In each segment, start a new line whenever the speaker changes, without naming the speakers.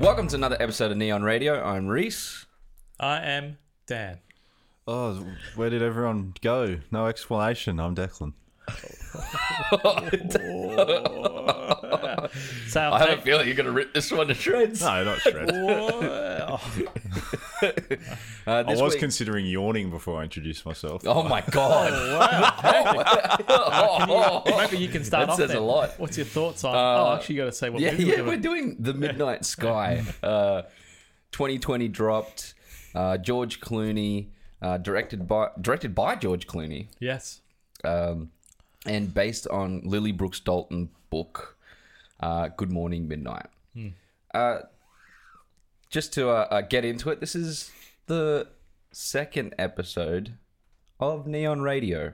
Welcome to another episode of Neon Radio. I'm Reese.
I am Dan.
Oh, where did everyone go? No explanation. I'm Declan.
So I'll
I have a
take-
feeling you're going to rip this one to shreds.
No, not shred.
Whoa.
Uh,
I
this
was
week-
considering yawning before I introduced myself.
Oh my god! Oh,
Maybe you can start
That
off
says a
then.
lot. Uh,
What's your thoughts on? oh, actually, you got to say what
yeah,
movie
yeah,
we're
we're
doing.
doing the Midnight Sky. Uh, 2020 dropped. Uh, George Clooney, uh, directed by directed by George Clooney,
Yes.
um, and based on Lily Brooks Dalton book, uh, Good Morning Midnight. Uh, just to uh, uh, get into it, this is the second episode of Neon Radio.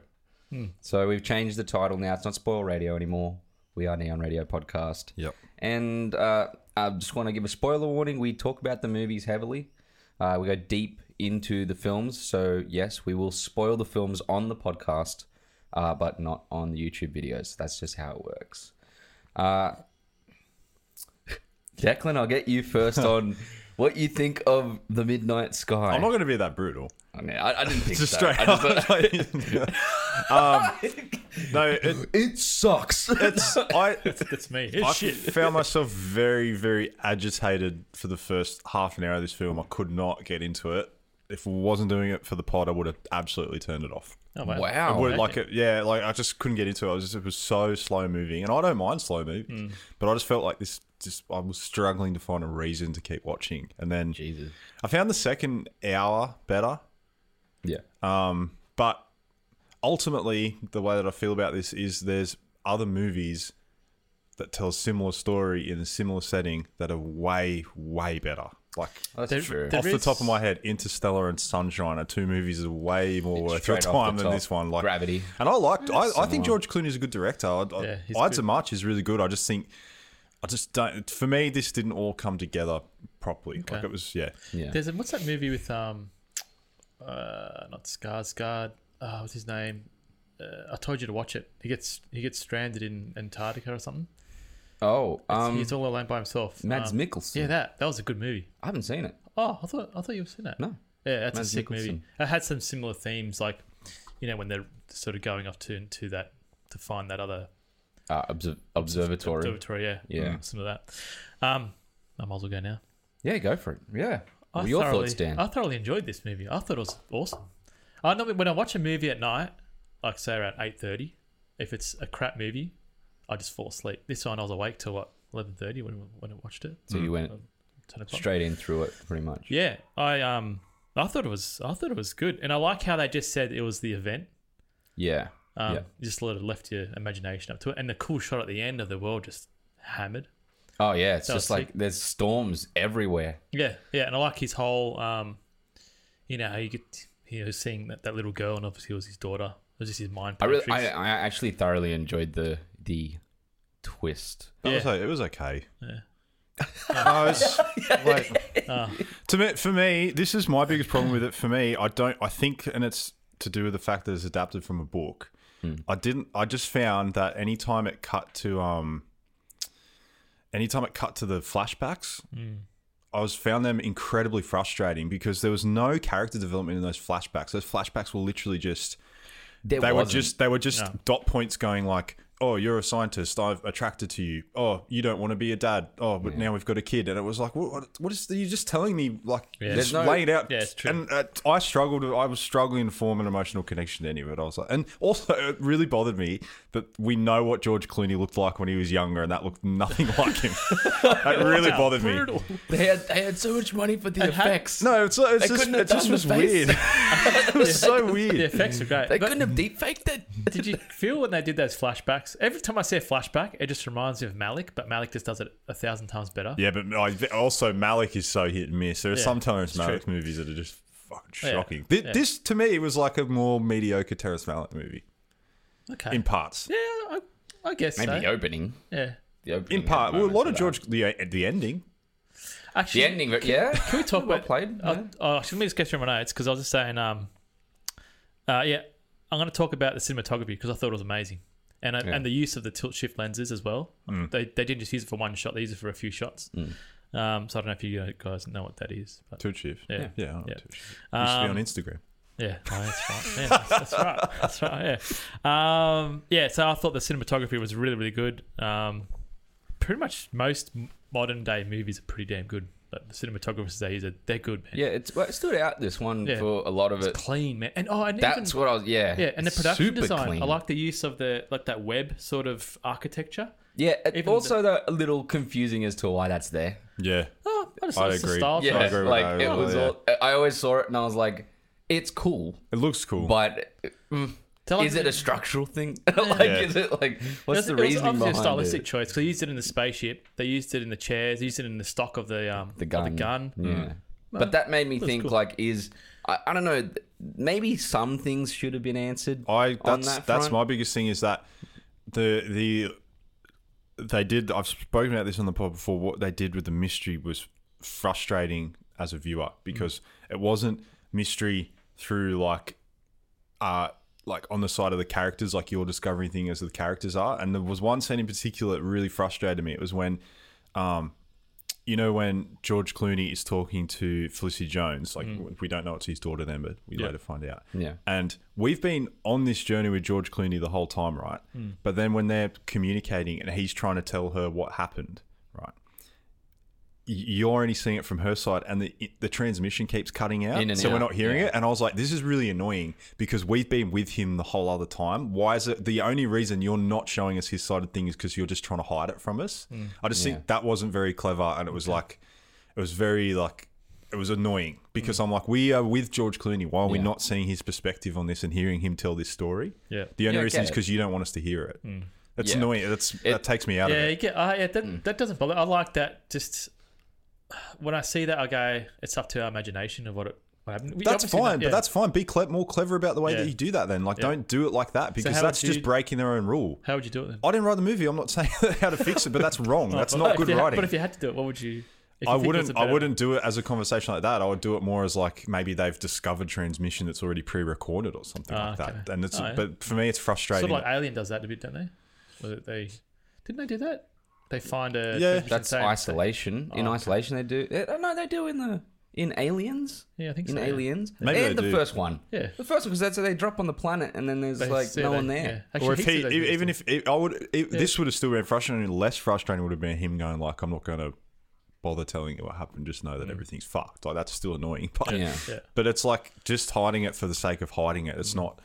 So we've changed the title now. It's not Spoil Radio anymore. We are Neon Radio Podcast.
Yep.
And uh, I just want to give a spoiler warning. We talk about the movies heavily. Uh, we go deep into the films. So, yes, we will spoil the films on the podcast, uh, but not on the YouTube videos. That's just how it works. Uh, Declan, I'll get you first on what you think of The Midnight Sky.
I'm not going to be that brutal.
I, mean, I, I didn't think
Just
so.
straight
I just-
up. um, no, it,
it sucks.
it's I.
That's me. It's
I
shit.
found myself very, very agitated for the first half an hour of this film. I could not get into it. If I wasn't doing it for the pod, I would have absolutely turned it off.
Oh, man.
wow.
I would like
imagine.
it. Yeah, like I just couldn't get into it. I was just, it was so slow moving, and I don't mind slow movies,
Hmm.
but I just felt like this. Just I was struggling to find a reason to keep watching, and then
Jesus.
I found the second hour better,
Yeah.
but ultimately the way that I feel about this is there's other movies that tell a similar story in a similar setting that are way way better. Like
That's
there-
true.
there-
off the
is-
top of my head, Interstellar and Sunshine are two movies are way more worth your
Straight off the
time than
top.
this one. Like
Gravity.
and I liked. I, I think George Clooney's a good director. I, I,
Yeah, he's
Ides
good.
of March is really good. I just think. I just don't. For me, this didn't all come together properly. Like it was, yeah.
yeah.
There's a, what's that movie with um, uh, not Skarsgård. Uh, what's his name? Uh, I told you to watch it. He gets he gets stranded in Antarctica or something.
Oh, um,
He's all alone by himself.
Mads
Um,
Mikkelsen.
Yeah, that that was a good movie.
I haven't seen it.
Oh, I thought I thought you've seen that.
No.
Yeah, that's
Mads
a sick
Mikkelsen.
movie. It had some similar themes, like you know when they're sort of going off to to that to find that other
Uh, obser- observatory.
observatory. Yeah, Mm,
Yeah.
some of that. Um, I might as well go now.
Yeah, go for it. Yeah.
I
What are your
thoroughly,
thoughts, Dan?
I thoroughly enjoyed this movie. I thought it was awesome. I know when I watch a movie at night, like say around eight thirty, if it's a crap movie, I just fall asleep. This one I was awake till what eleven thirty when when I watched it.
so you went
Ten o'clock.
straight in through it, pretty much.
Yeah, I um, I thought it was I thought it was good, and I like how they just said it was the event.
Yeah.
Um,
yeah.
Just sort of left your imagination up to it, and the cool shot at the end of the world just hammered.
Oh yeah, it's just
was
like there's storms everywhere.
Yeah, yeah, and I like his whole, um, you know, how you get you know seeing that, that little girl, and obviously it was his daughter. It was just his mind.
I really,
playing
I,
tricks.
I actually thoroughly enjoyed the the twist.
That
Yeah.
was o- it was okay. I was, like, to me, for me, this is my biggest problem with it. For me, I don't. I think, and it's to do with the fact that it's adapted from a book.
Hmm.
I didn't. I just found that anytime it cut to um, anytime it cut to the flashbacks, I was found them incredibly frustrating because there was no character development in those flashbacks. Those flashbacks were literally just
There
they were
wasn't-
just they were just dot points going like oh you're a scientist i've attracted to you oh you don't want to be a dad oh but now we've got a kid and it was like what, what- what is you're just telling me like
There's
just
no-
laid out
Yeah, it's true.
and uh, i struggled i was struggling to form an emotional connection to any of it i was like and also it really bothered me that we know what george clooney looked like when he was younger and that looked nothing like him that really
Wow,
bothered me
brutal.
they had they had so much money for the
had-
effects.
no it's, it's
They
just
couldn't have
it just
done
was
the face.
weird it was so weird
The effects are great.
they
But
couldn't have deep faked it.
did you feel when they did those flashbacks? Every time I see a flashback, it just reminds me of Malik, but Malik just does it a thousand times better.
Yeah, but I, also Malik is so hit and miss. There are
Yeah,
some Terrence Malick
true.
movies that are just fucking
Yeah,
shocking. Thi-
yeah.
This to me was like a more mediocre Terrence Malick movie
Okay.
in parts.
yeah, I, I guess
Maybe
so.
the opening.
Yeah.
The opening
In
had
part, well, a
moments
lot of
that.
George the uh, the ending.
Actually,
The ending, but yeah.
Can we talk
Well
about
played,
Uh,
yeah.
Oh, should we just get through my notes? Because I was just saying, um, uh, yeah, I'm going to talk about the cinematography because I thought it was amazing, and
Mm.
I, and the use of the tilt shift lenses as well. They, they didn't just use it for one shot; they used it for a few shots. Um, so I don't know if you guys know what that is. But
Two Chief.
Yeah.
Yeah. I know
Yeah.
Two Chief. Used to be on
Um,
Instagram.
Yeah, no, that's right. Yeah, that's, that's right. That's right. Yeah, um, yeah. So I thought the cinematography was really, really good. Um, pretty much most m- modern day movies are pretty damn good. Like the cinematographers they use, are they're good, man.
Yeah, it's well, it stood out this one
Yeah.
for a lot of it.
clean, man. And oh, and
That's
even,
what I was. Yeah,
yeah, and the
it's
production
super
design.
clean.
I like the use of the like that web sort of architecture.
Yeah, it,
even
also though a little confusing as to why that's there.
Yeah.
Oh, I just
I
I agree.
agree.
style
Yeah,
choice.
agree with
like
that
it
as
was.
well,
All, I always saw it and I was like, "It's cool,"
It looks cool.
but mm,
Tell
is
us-
it a structural thing? like,
Yeah.
is it like
Oh, It
what's
was-
the
it was
reasoning
obviously
behind
a stylistic
it?
choice. 'cause They used it in the spaceship. They used it in the chairs. They used it in the stock of the um
The
Of
gun,
the gun. Mm.
Yeah, but that made me
that's
think.
cool.
Like, is I, I don't know. Maybe some things should have been answered.
I
on
that's
that
that's
front.
my biggest thing is that the the they did I've spoken about this on the pod before what they did with the mystery was frustrating as a viewer because
Mm.
it wasn't mystery through like uh like on the side of the characters like you're discovering things as the characters are and there was one scene in particular that really frustrated me it was when um you know when George Clooney is talking to Felicity Jones like we don't know it's his daughter then but we later find out
Mm. Yeah.
and we've been on this journey with George Clooney the whole time, right?
Mm.
But then when they're communicating and he's trying to tell her what happened, right? y- You're only seeing it from her side, and the the transmission keeps cutting out,
In and
so we're
out,
not hearing
yeah.
it. And I was like, "This is really annoying because we've been with him the whole other time. Why is it the only reason you're not showing us his side of things because you're just trying to hide it from us?" I just
Mm. Yeah.
think that wasn't very clever, and it was like, it was very like it was annoying because I'm like, we are with George Clooney. Why are we
Mm. Yeah.
not seeing his perspective on this and hearing him tell this story?
Yeah.
The only
Yeah, I
reason
get it.
is
Mm.
because you don't want us to hear it. That's
Yeah.
annoying. That's that takes me out
yeah,
of it.
you get, uh, yeah that,
Mm.
that doesn't bother. I like that. Just when I see that, I go, it's up to our imagination of what it. What happened. We
That's
obviously know-
fine,
yeah.
but that's fine. Be cle- more clever about the way
Yeah.
that you do that. Then, like, don't do it like that because
how
that's
would
just
you-
breaking their own rule.
how would you do it then?
I didn't write the movie. I'm not saying how to fix it, but that's wrong. That's
But
not
if
good
you had-
writing.
but if you had to do it, what would you? if
I
you think it was
wouldn't.
a
I
better-
wouldn't do it as a conversation like that. I would do it more as like maybe they've discovered transmission that's already pre-recorded or something
Ah,
like that.
okay.
And it's,
Oh, yeah.
but for me, it's frustrating.
Sort of like Alien does that a bit, don't they? Where they didn't they do that? They find a
Yeah.
transmission
That's
saying-
isolation. in
Oh,
isolation, they do. eh, No, they do in the in Aliens.
Yeah, I think
in
so. yeah.
Aliens.
Maybe
and
they
the
do.
first one.
Yeah.
The first one, because that's they drop on the planet and then there's
They
like
say
no
they-
one there.
yeah. Actually,
Or if
heaps of
he,
those
e-
movies
even
do.
if it, I would, it, this would have still been frustrating. Less frustrating would have been him going like, "I'm not going to bother telling you what happened. Just know that everything's fucked." Like that's still annoying, but
Yeah.
Mm. Yeah.
but it's like just hiding it for the sake of hiding it.
Mm.
It's not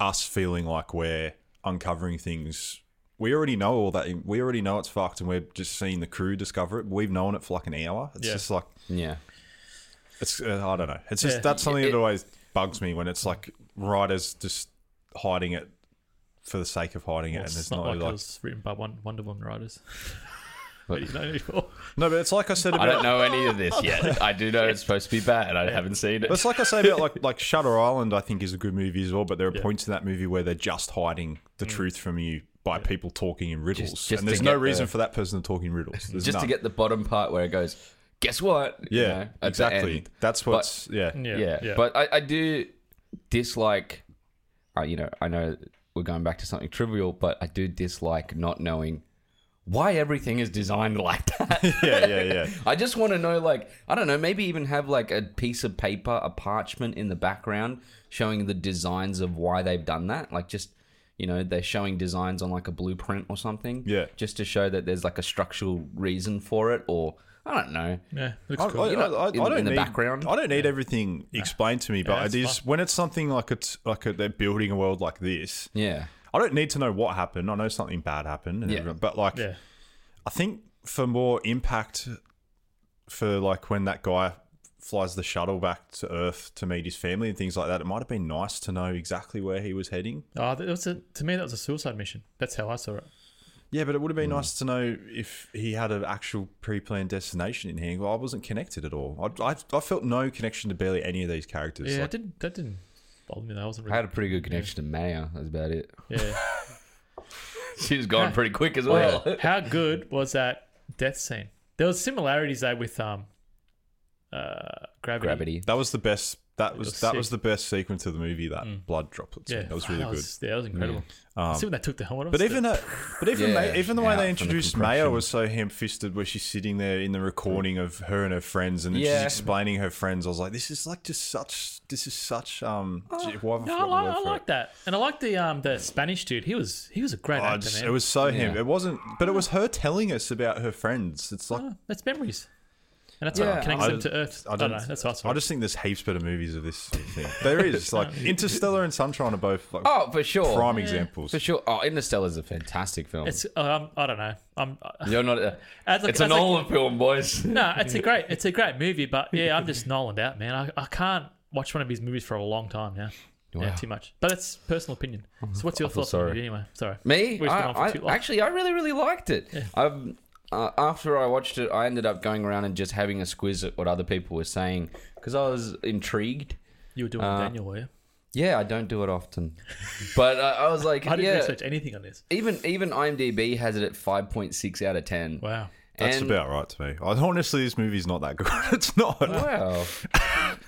us feeling like we're uncovering things. We already know all that. We already know it's fucked, and we're just seeing the crew discover it. We've known it for like an hour. It's
Yeah.
just like
Yeah.
it's. Uh, I don't know. It's just
Yeah.
that's something
It-
that always bugs me when it's like writers just hiding it. For the sake of hiding it,
Well,
and
it's
there's
not
not
like,
like
it was written by one Wonder Woman writers.
But-
you know anymore.
No, but it's like I said
I don't
about.
know any of this yet. I do know it's supposed to be bad. I haven't seen
but
it.
It's like I say about like like Shutter Island. I think is a good movie as well. But there are points in that movie where they're just hiding the truth from you by people talking in riddles,
Just- just
and there's
to
no
get
reason
the-
for that person to talk in riddles. There's
Just to
none.
get the bottom part where it goes, guess what? You know,
yeah,
at the
exactly.
end.
That's what's yeah.
Yeah.
yeah.
yeah.
But I, I do dislike, uh, you know, I know we're going back to something trivial, but I do dislike not knowing why everything is designed like that.
yeah, yeah, yeah.
I just want to know, like, I don't know, maybe even have like a piece of paper, a parchment in the background showing the designs of why they've done that. Like, just, you know, they're showing designs on like a blueprint or something.
Yeah.
Just to show that there's like a structural reason for it, or I don't know.
yeah, looks
I,
cool.
I,
You know,
I, I
in-
don't
in the
need,
background.
I don't need everything explained to me, but
that's
it is when it's something like it's like a, they're building a world like this.
Yeah.
I don't need to know what happened. I know something bad happened, and
Yeah.
everyone- but like
yeah.
I think for more impact, for like when that guy flies the shuttle back to Earth to meet his family and things like that, it might have been nice to know exactly where he was heading.
Oh, that was a, to me that was a suicide mission. That's how I saw it.
Yeah, but it would have
Hmm.
been nice to know if he had an actual pre-planned destination in here. Well, I wasn't connected at all. I, I, I felt no connection to barely any of these characters.
yeah, I
Like,
didn't. That didn't bother me. That wasn't
I
really.
had a pretty good connection to Maya. That's about it.
yeah.
She was gone pretty quick as well.
Well, how good was that death scene? There was similarities there with um, uh, uh, Gravity.
Gravity.
That was the best. That
was
was that was
sick. Mm.
the best sequence of the movie. That blood droplets.
Yeah,
Yeah, that was really
that
good.
Was, yeah, that was incredible. See when they took the helmet off.
But
it's
even a, but even
Yeah,
Ma- even the way
out from
they
the
introduced
compression.
Mayo was so ham fisted, where she's sitting there in the recording of her and her friends, and then she's
Yeah.
explaining her friends. I was like, this is like just such. This is such. Um, gee, why have I
the- Oh, no, I
forgotten the
like,
word
I
for it?
like that, and I like the um the Spanish dude. He was he was a great
Oh, I
actor,
just-
man.
it was so him.
Yeah.
It wasn't, but it was her telling us about her friends. It's like
Oh, that's memories, and that's
Yeah,
what connects
I-
them to Earth. I don't, know. That's awesome.
I just think there's heaps better movies of this sort of thing. there is like Interstellar and Sunshine are both like
Oh, for sure.
prime examples.
For sure. Oh, Interstellar's a fantastic film.
it's um I don't know. I'm
You're not. A,
As a-
it's an
as a-
Nolan film, boys.
no, it's a great it's a great movie, but yeah, I'm just Nolan out, man. I, I can't watch one of his movies for a long time now. Yeah, too much. But that's personal opinion. So what's your
feel
thoughts on the
sorry.
movie anyway? Sorry.
Me?
We've been
I,
on for
I-
too long.
actually, I really, really liked it. I've, uh, after I watched it, I ended up going around and just having a squiz at what other people were saying because I was intrigued.
You were doing
Uh,
Daniel, were you?
Yeah, I don't do it often, but uh, I was like,
I didn't
yeah.
research anything on this.
Even even IMDb has it at five point six out of ten.
Wow.
That's
And-
about right to me. I, honestly, this movie's not that good. it's not.
Wow.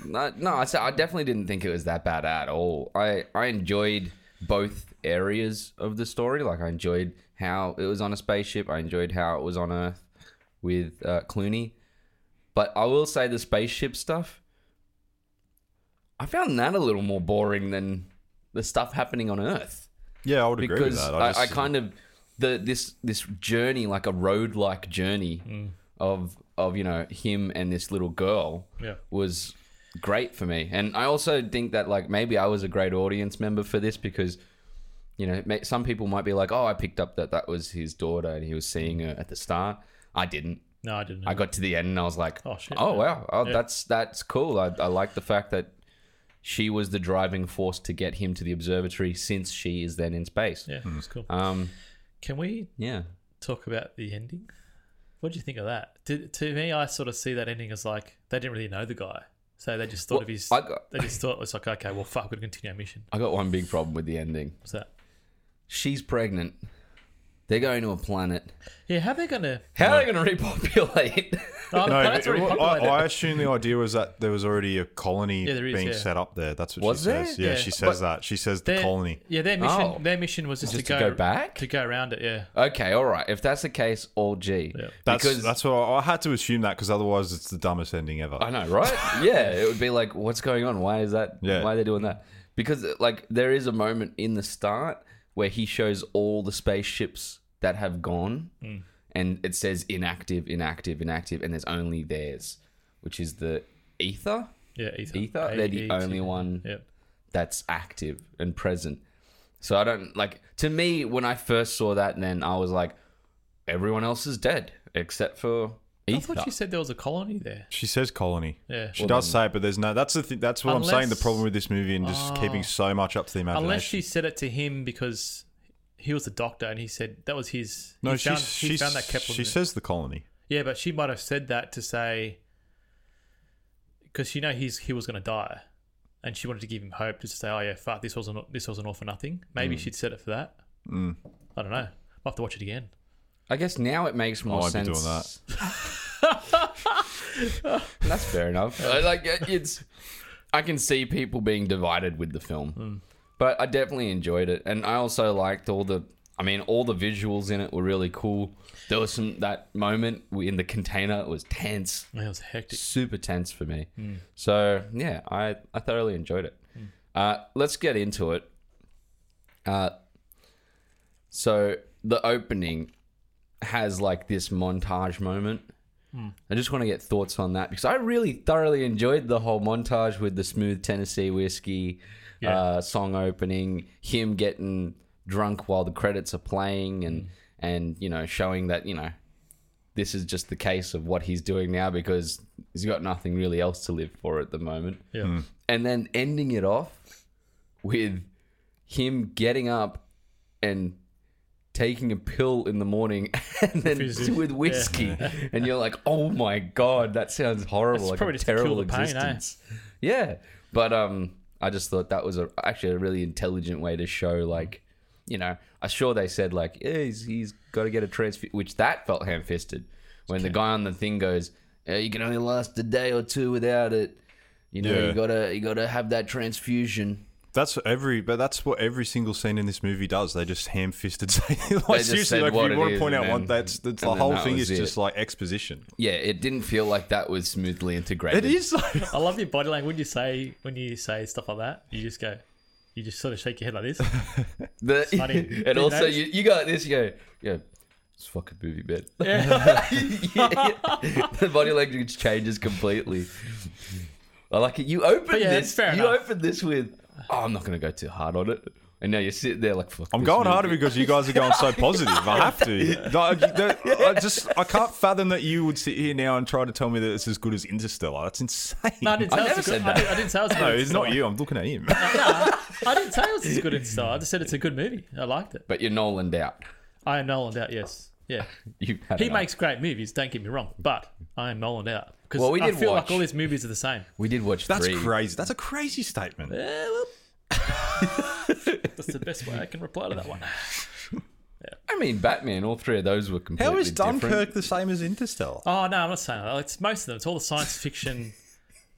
no, no I, said- I definitely didn't think it was that bad at all. I, I enjoyed both areas of the story. Like, I enjoyed how it was on a spaceship, I enjoyed how it was on Earth with uh, Clooney. But I will say the spaceship stuff, I found that a little more boring than the stuff happening on Earth
Yeah, I would agree with
because
that.
I, I,
just-
kind of the this this journey like a road like journey
Mm.
of of you know him and this little girl
Yeah.
was great for me and I also think that like maybe I was a great audience member for this because you know ma- some people might be like oh I picked up that that was his daughter and he was seeing her at the start I didn't
No, I didn't.
I got to the end and I was like,
Oh,
oh,
shit.
wow, oh, that's that's cool. I, I like the fact that she was the driving force to get him to the observatory since she is then in space.
yeah, it's cool.
Um,
Mm. Can we
yeah.
talk about the ending? What do you think of that? To, to me, I sort of see that ending as like they didn't really know the guy, so they just thought
Well,
of his.
I got-
they just thought it was like, okay, well, fuck, we're gonna continue our mission.
I got one big problem with the ending.
What's that?
She's pregnant. They're going to a planet.
Yeah, how they gonna?
How are they going to repopulate?
Oh,
No,
that's
it-
already
well, I,
populated.
I assume the idea was that there was already a colony
Yeah, there is,
being
yeah.
set up there. That's what
Was
she
there?
says. Yeah,
Yeah.
she says that. She says the
Their-
colony.
Yeah, their mission.
Oh.
Their mission was just,
Just
to,
to
go,
go back?
to go around it. Yeah,
okay, all right. If that's the case, all G.
Yeah.
That's
because
that's what I, I had to assume that because otherwise it's the dumbest ending ever.
I know, right? yeah, it would be like, what's going on? Why is that?
Yeah.
Why are they doing that? Because like there is a moment in the start where he shows all the spaceships that have gone,
Mm.
and it says inactive, inactive, inactive, and there's only theirs, which is the ether
yeah. Ether.
Ether? They're the
E
A-E-T-H-E-R.
only one.
Yep.
that's active and present. So I don't like to me when I first saw that, then I was like, everyone else is dead except for
I
ether.
thought you said there was a colony there.
She says colony.
Yeah.
She does say it, but there's no. That's the thing. That's what I'm saying. The
Unless- Ah.
problem with this movie and just keeping so much up to the imagination.
Unless she said it to him because he was the doctor and he said that was his.
no,
he
she
found, he
she
found that Kepler.
she says the colony.
yeah, but she might have said that to say because you know he's he was going to die, and she wanted to give him hope just to say, oh yeah, fuck, this wasn't this wasn't all for nothing. Maybe she'd said it for that. I don't know. I'll have to watch it again.
I guess now it makes more
Oh, I'd be
sense.
doing that.
That's fair enough. I, like it- it's, I can see people being divided with the film,
Hmm.
but I definitely enjoyed it, and I also liked all the. I mean, all the visuals in it were really cool. There was some that moment in the container it was tense.
Man, it was hectic.
super tense for me. So yeah, I, I thoroughly enjoyed it. Uh, let's get into it. Uh, so the opening has like this montage moment. I just want to get thoughts on that because I really thoroughly enjoyed the whole montage with the smooth Tennessee whiskey uh, song opening, him getting drunk while the credits are playing, and and you know showing that you know this is just the case of what he's doing now because he's got nothing really else to live for at the moment.
Yeah.
And then ending it off with him getting up and taking a pill in the morning and then
Fizzy.
with whiskey. And you're like, oh my God, that sounds horrible.
That's
like
probably
a
just to kill
terrible
the pain, eh?
existence. Yeah. But um I just thought that was a, actually a really intelligent way to show like you know, I'm sure they said like yeah, he's he's got to get a transfer, which that felt ham fisted when the guy on the thing goes, uh, you can only last a day or two without it. You know,
Yeah.
you gotta you gotta have that transfusion.
That's what every, but that's what every single scene in this movie does. They just ham-fisted say like
just
seriously.
said
Like
what
if
it
you want
is
to point
and
out one,
then-
that's, that's the
and then
whole
that
thing
was
is
it.
just like exposition.
Yeah, it didn't feel like that was smoothly integrated.
It is. Like,
I love your body language. You say when you say stuff like that, you just go, you just sort of shake your head like this.
The-
funny.
and
You
also,
know?
you, you got this. You go, yeah, it's fucking movie bad. the body language changes completely. I like it. You opened
yeah,
this.
it's fair
you
enough.
opened this with, oh, I'm not gonna go too hard on it. And now you're sitting there like, fuck.
I'm
this
going harder
movie.
because you guys are going so positive. I have to. Like, you- that- I just I can't fathom that you would sit here now and try to tell me that it's as good as Interstellar. That's insane.
No, I didn't say
I
it
never
was a
said
good. I
that.
didn't, I didn't say it was a good.
No, it's not
install.
you. I'm looking at him.
I didn't say it was as good as Star. I just said it's a good movie. I liked it.
But you're Nolan out.
I am Nolan out. Yes, yeah.
You had
He
enough.
makes great movies. Don't get me wrong, but I am Nolan out because
Well, we
I
did
feel
watch-
like all his movies are the same.
We did watch
That's
three.
crazy. That's a crazy statement.
That's the best way I can reply to that one.
I mean, Batman. All three of those were completely
How is
different.
Dunkirk the same as Interstellar?
Oh no, I'm not saying that. It's most of them. It's all the science fiction,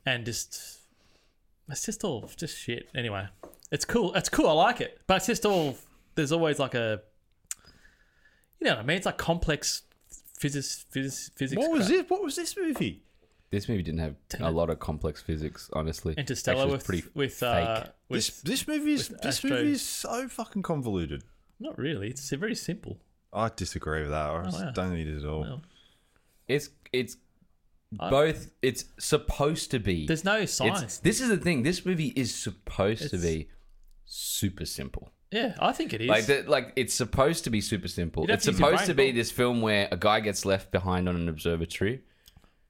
and just it's just all just shit. Anyway, it's cool. It's cool. I like it, but it's just all. There's always like a, you know what I mean? It's like complex physics, physics, physics.
What was
crap.
it? What was this movie?
This movie didn't have a lot of complex physics, honestly.
Interstellar
Actually,
with
it's pretty
with
fake.
uh, with
This this movie is
with
this
Astro-
movie is so fucking convoluted.
not really. It's very simple.
I disagree with that. I just
yeah.
don't need it at all.
Well,
It's it's
I-
both. It's supposed to be.
There's no
It's-
science.
this is the thing. This movie is supposed to
It's-
be super simple.
Yeah, I think it is.
Like that. Like it's supposed to be super simple.
don't
It's
have to use your
supposed to
brain,
be
Paul.
this film where a guy gets left behind on an observatory.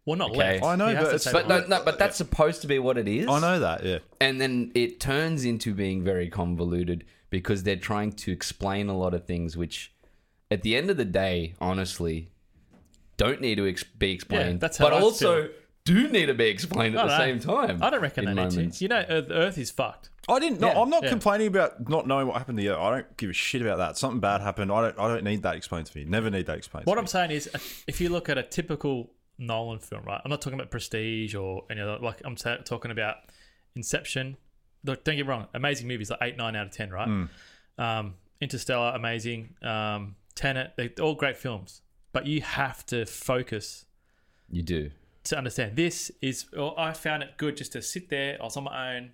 well, not
okay.
left.
I know,
He has
but
to
it's-
take
But
it
no,
off.
no, but that's supposed to be what it is.
I know that. Yeah.
And then it turns into being very convoluted because they're trying to explain a lot of things which, at the end of the day, honestly, don't need to ex- be explained.
that's how
but
I
also do need to be explained at
I
the
don't
same
know.
time.
I don't reckon
in
they need
moments.
to. You know, uh, the Earth is fucked.
I didn't. No,
Yeah,
I'm not
yeah.
complaining about not knowing what happened to you. I don't give a shit about that. Something bad happened. I don't. I don't need that explained to me. Never need that explained.
What
to
I'm saying is, uh, if you look at a typical Nolan film, right? I'm not talking about Prestige or any other. Like I'm ta- talking about Inception. Look, don't get me wrong, amazing movies like eight, nine out of ten, right?
Mm.
Um, Interstellar, amazing. Um, Tenet, they're all great films, but you have to focus
You do.
to understand. This is, well, I found it good just to sit there. I was on my own.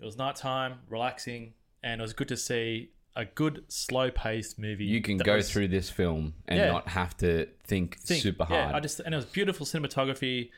It was nighttime, relaxing, and it was good to see a good, slow-paced movie.
You can
that
go
was-
through this film and
Yeah.
not have to think,
thing.
super hard.
Yeah, I just and it was beautiful cinematography.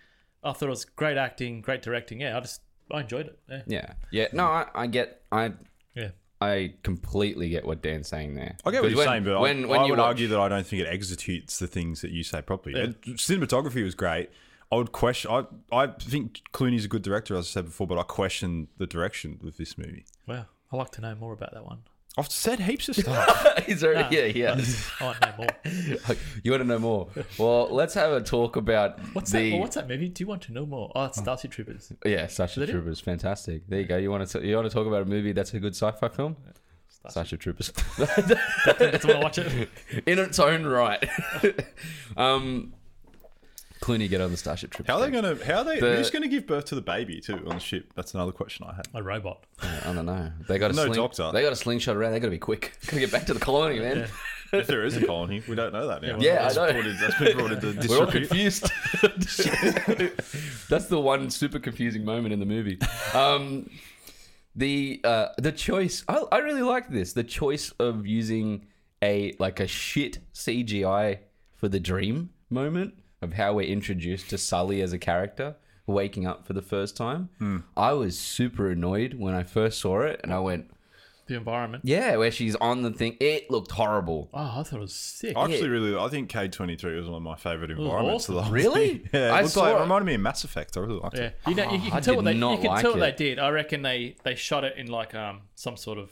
I thought it was great acting, great directing. Yeah, I just I enjoyed it. Yeah.
yeah. Yeah. No, I, I get. I
yeah.
I completely get what Dan's saying there.
I get
Because
what you're
when-
saying, but
when,
I,
when
I
you
would
watch-
argue that I don't think it executes the things that you say properly.
Yeah.
It- cinematography was great. I would question. I I think Clooney's a good director, as I said before, but I question the direction with this movie.
Wow. I'd like to know more about that one.
I've said heaps of stuff.
He's already, yeah, yeah.
I want to know more.
you want to know more? Well, let's have a talk about
What's
the.
that? Well, what's that movie? Do you want to know more? Oh, it's Starship Troopers.
Yeah, Starship
Did it?
Troopers, fantastic. There you go. You want to you want to talk about a movie that's a good sci-fi film? Starship Troopers,
That's the one I watch it.
in its own right. um, Clooney get on the Starship Troopers.
how are they gonna? How are they?
The-
who's gonna give birth to the baby too on the ship? That's another question I had.
A robot.
gonna? I don't know. They got a
No
sling-
doctor.
They got a slingshot around. They got to be quick. Got to get back to the colony, man.
If there is a colony, we don't know that now.
Yeah, I
that's
know.
Brought in, that's been brought into
We're all
distribute.
confused. That's the one super confusing moment in the movie. Um, the uh, the choice. I, I really liked this. The choice of using a like a shit CGI for the dream moment of how we're introduced to Sully as a character waking up for the first time.
Hmm.
I was super annoyed when I first saw it, and I went,
The environment.
"Yeah," where she's on the thing. It looked horrible.
Oh, I thought it was sick.
I actually really. I think K twenty three was one of my favorite environments.
awesome.
of the whole
Really?
thing. Yeah, it
I
looked
saw
like,
it.
it reminded me of Mass Effect. I really liked
Yeah,
it.
you know, you,
Oh,
you
I
can tell
did
what they you
not
can tell
like
what they
it.
did. I reckon they they shot it in like um some sort of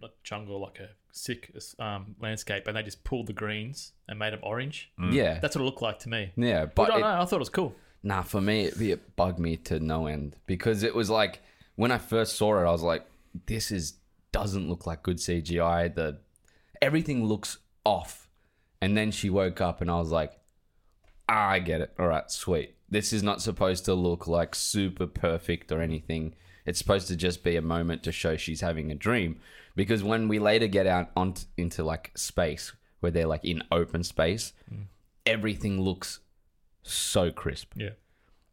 not jungle, like a sick um landscape, and they just pulled the greens and made them orange.
Yeah,
Hmm.
That's what it looked like to me.
yeah,
I
but
don't
it-
know. I thought it was cool.
Nah, for me, it, it bugged me to no end because it was like when I first saw it, I was like, "This is doesn't look like good CGI." The everything looks off, and then she woke up, and I was like, ah, I get it. All right, sweet. This is not supposed to look like super perfect or anything. It's supposed to just be a moment to show she's having a dream. Because when we later get out on into like space where they're like in open space, everything looks so crisp.
Yeah.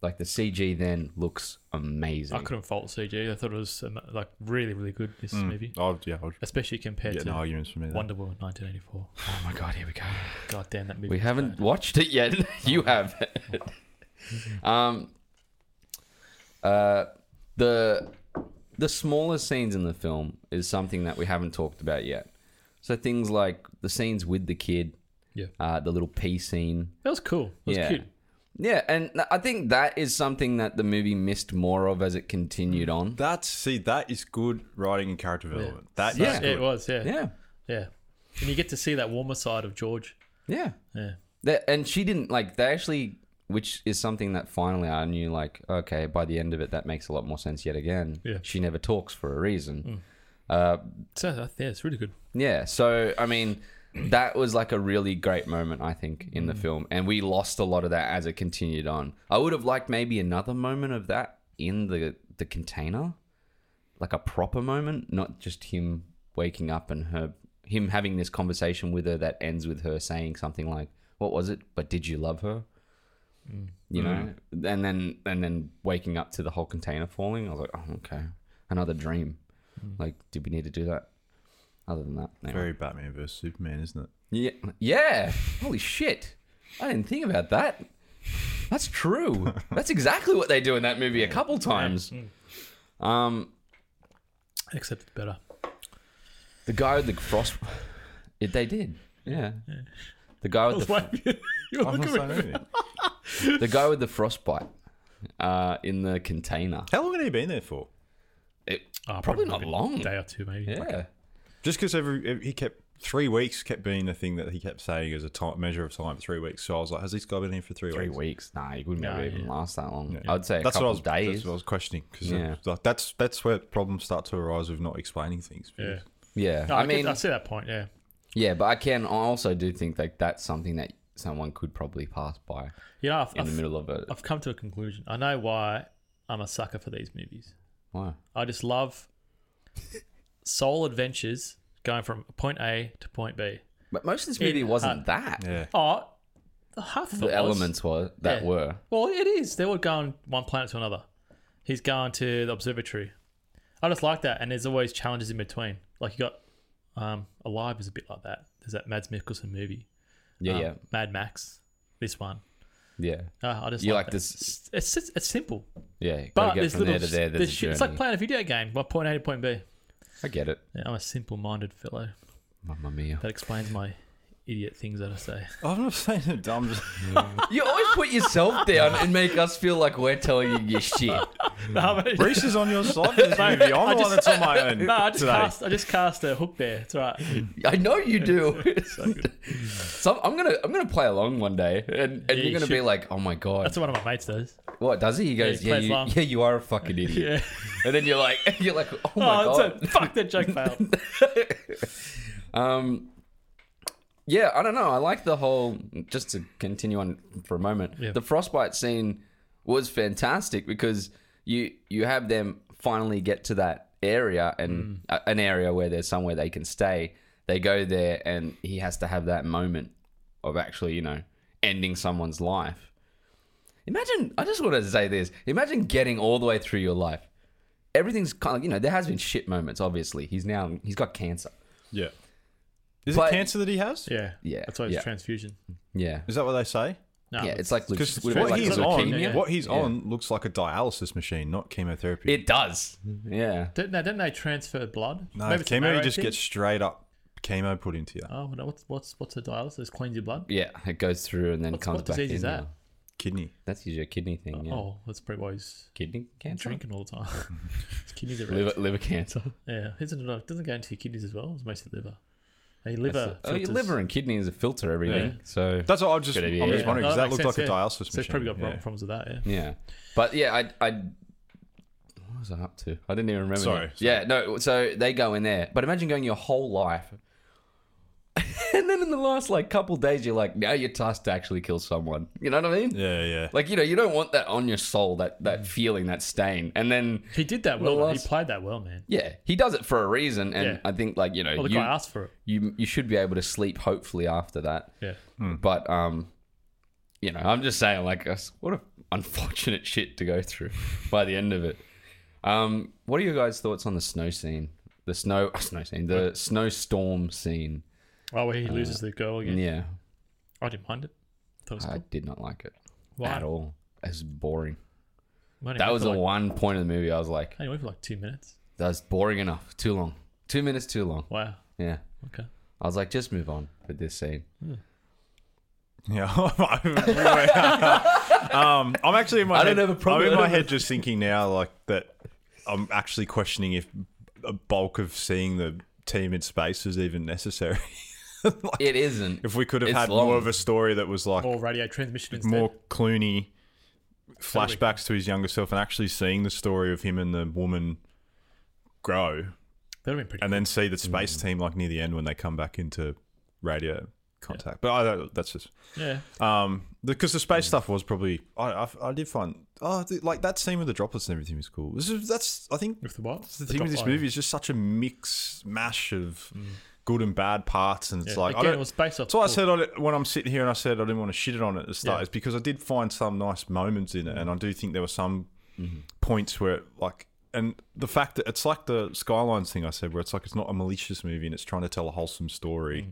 Like the CG then looks amazing.
I couldn't fault CG. I thought it was um, like really, really good this movie,
Oh yeah, I would
especially compared
get
to
no arguments for me. there.
Wonder Woman 1984.
oh my god, here we go.
God damn that movie!
We
was
haven't
bad.
watched it yet. you have. um, uh, the the smaller scenes in the film is something that we haven't talked about yet. So things like the scenes with the kid,
Yeah.
uh, the little pea scene,
That was cool. It was
yeah.
cute.
Yeah, and I think that is something that the movie missed more of as it continued on.
That's see, that is good writing and character development. Oh, That
Yeah.
is
Yeah,
good.
it was. Yeah. yeah,
Yeah,
And you get to see that warmer side of George.
yeah.
Yeah,
That, and she didn't like they actually, which is something that finally I knew. Like, okay, by the end of it, that makes a lot more sense yet again.
Yeah.
she never talks for a reason. Uh,
so that, yeah, it's really good.
yeah, so I mean, that was like a really great moment I think in the film, and we lost a lot of that as it continued on. I would have liked maybe another moment of that in the the container, like a proper moment, not just him waking up and her him having this conversation with her that ends with her saying something like, "What was it? But did you love her?" You know, and then and then waking up to the whole container falling. I was like, "Oh, okay, another dream." Like, did we need to do that? Other than that, anyway.
Very Batman versus Superman, isn't it?
Yeah. Yeah. Holy shit. I didn't think about that. That's true. That's exactly what they do in that movie a couple times. Um,
Except it's better.
the guy with the frost. It, they did. Yeah. The guy with the,
Wait, you're
I'm
looking at
not
me.
saying anything.
the guy with the frostbite uh, in the container.
How long had he been there for?
It,
Oh,
probably
like
not
a
long.
Day or two, maybe.
Yeah.
Just because every ev- he kept three weeks kept being the thing that he kept saying as a time, measure of time. Three weeks. So I was like, has this guy been here for three,
Three
weeks?
weeks. Nah, you wouldn't
Nah,
even
yeah.
last that long. I'd say a
That's what, I
couple
was,
of days.
that's what I was questioning because
Yeah.
like, that's that's where problems start to arise with not explaining things.
Yeah.
yeah.
No,
I,
I,
mean,
mean, I see that point. Yeah.
yeah, but I can I also do think like that's something that someone could probably pass by
You know, I've,
in the
I've,
middle of it.
I've come to a conclusion. I know why I'm a sucker for these movies.
Why?
I just love soul adventures going from point A to point B.
But most of this movie
It-
wasn't
uh,
that.
Yeah.
Oh, half of it
The
was.
elements were that
Yeah.
were.
Well, it is. They were going one planet to another. He's going to the observatory. I just like that, and there's always challenges in between. Like you got um, Alive is a bit like that. There's that Mads Mikkelsen movie.
Yeah,
um,
yeah,
Mad Max. This one.
yeah,
Uh, I just
You
like
like
that.
this-
It's just, it's simple,
yeah. Gotta
but
get
there's
from
little.
there to there. There's
there's
a
shit.
journey.
It's like playing a video game. Well, point A to point B.
I get it.
Yeah, I'm a simple-minded fellow.
Mamma mia.
That explains my idiot things that I say.
I'm not saying it dumb.
You always put yourself down and make us feel like we're telling you your shit.
Mm.
no, but-
Reese is on your side in this movie. I'm
I
the one
just-
that's on my own
no, I just
today.
cast. I just cast a hook there. It's all right.
I know you do. so I'm gonna I'm gonna play along one day, and, and
you
you're gonna be
should.
like, oh my god,
That's what one of my mates does.
what does he? He goes,
he
yeah,
plays
you,
along.
yeah, you are a fucking idiot.
Yeah.
And then you're like, you're like, oh my
Oh,
god,
that's it. fuck that joke failed.
Um, yeah, I don't know. I like the whole. Just to continue on for a moment,
Yeah.
the frostbite scene was fantastic because you you have them finally get to that area and uh, an area where there's somewhere they can stay. They go there, and he has to have that moment of actually, you know, ending someone's life. Imagine. I just wanted to say this. Imagine getting all the way through your life. Everything's kind of, you know, there has been shit moments. Obviously, he's now he's got cancer.
Yeah. Is
But-
it cancer that he has?
Yeah,
Yeah,
That's why it's
yeah.
transfusion.
Yeah.
Is that what they say?
No,
yeah, it's like
Because
leuc-
what
like
he's on,
leukemia.
what he's on, looks like a dialysis machine, not chemotherapy.
It does. Yeah.
Didn't they, didn't they transfer blood?
no,
Maybe it's a
chemo you
marrow
just
thing?
get straight up chemo put into you.
Oh no, what's what's what's a dialysis? Cleans your blood.
Yeah. It goes through and then
What's,
comes
what
back
disease
in.
is that?
now.
Kidney.
That's usually a kidney thing. Yeah.
Oh, that's probably why he's
Kidney cancer.
drinking all the time. His kidneys are
Liver,
wrecked.
liver cancer.
Yeah, isn't it? like- Doesn't go into your kidneys as well. It's mostly liver. Hey, liver.
Oh, your
filters-
liver and kidneys filter everything.
Yeah.
So
That's what I just.
Good
I'm
idea.
just
Yeah.
wondering
No,
because
Oh, that
that
makes
looked like
sense,
a
yeah.
dialysis
So
machine.
he's probably got
yeah.
problems with that. Yeah.
yeah. But yeah, I I what was I up to? I didn't even remember.
Sorry,
now. Yeah. No. So they go in there, but imagine going your whole life and then in the last like couple days, you're like, now you're tasked to actually kill someone. You know what I mean?
Yeah, yeah.
Like you know, you don't want that on your soul, that
Mm.
that feeling, that stain. And then
He did that well.
The
though.
last-
He played that well, man.
yeah, he does it for a reason. And
Yeah.
I think like you know,
Well, the
you,
guy asked for it.
you you should be able to sleep hopefully after that.
Yeah.
But um, you know, I'm just saying like us- what a unfortunate shit to go through by the end of it. Um, what are your guys' thoughts on the snow scene? The snow snow scene, the snowstorm scene.
Oh,
Uh,
where he loses the girl again.
Yeah,
I didn't mind it. That was
I
cool.
did not like it
Why?
at all. It's boring.
We only
That
went
was
for
the
like,
one point of the movie I was like,
Hey, went for like two minutes.
that's boring enough. Too long. Two minutes too long.
Wow.
Yeah.
Okay.
I was like, just move on with this scene.
Yeah. um, I'm actually in my
I don't
head,
have a problem.
I'm in
I
my
don't
head just thinking now, like that. I'm actually questioning if a bulk of seeing the team in space is even necessary. like,
It isn't.
if we could have
It's
had
long.
more of a story that was like
Or radio transmission instead.
more Clooney flashbacks to his younger self, and actually seeing the story of him and the woman grow,
That'd have been pretty.
and then see the
Mm.
space team like near the end when they come back into radio contact. But I, don't- that's just
yeah.
um, because the space stuff was probably I, I, I did find oh th- like that scene with the droplets and everything was cool. This is, that's I think
With the what?
the, thing with this movie is just such a mix mash of good and bad parts, and it's
Yeah.
like I
Again,
don't.
it was based off.
that's why I
book.
said I, don't- when I'm sitting here and I said I didn't want to shit it on it at the start
Yeah.
is because I did find some nice moments in it, and I do think there were some
Mm-hmm.
points where it, like and the fact that it's like the skylines thing I said where it's like it's not a malicious movie and it's trying to tell a wholesome story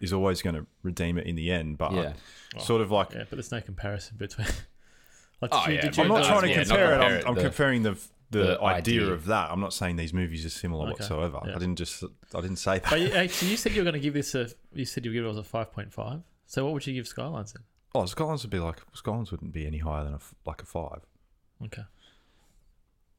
is always going to redeem it in the end, but I-
Mm. Yeah.
sort of like
Yeah, but there's no comparison between. like,
Oh,
did you,
yeah,
did
but
you
I'm not
Yeah,
trying to
yeah, not
compare it.
compare
I'm,
it,
I'm
the-
comparing the the,
the
idea,
idea.
of that. I'm not saying these movies are similar
Okay.
whatsoever.
Yeah.
I didn't just. I didn't say that.
But you, actually, you said you were going to give this a. You said you would give it as a five point five. So what would you give Skylines then?
oh, Scollins would be like Scollins wouldn't be any higher than a f- like a five.
Okay.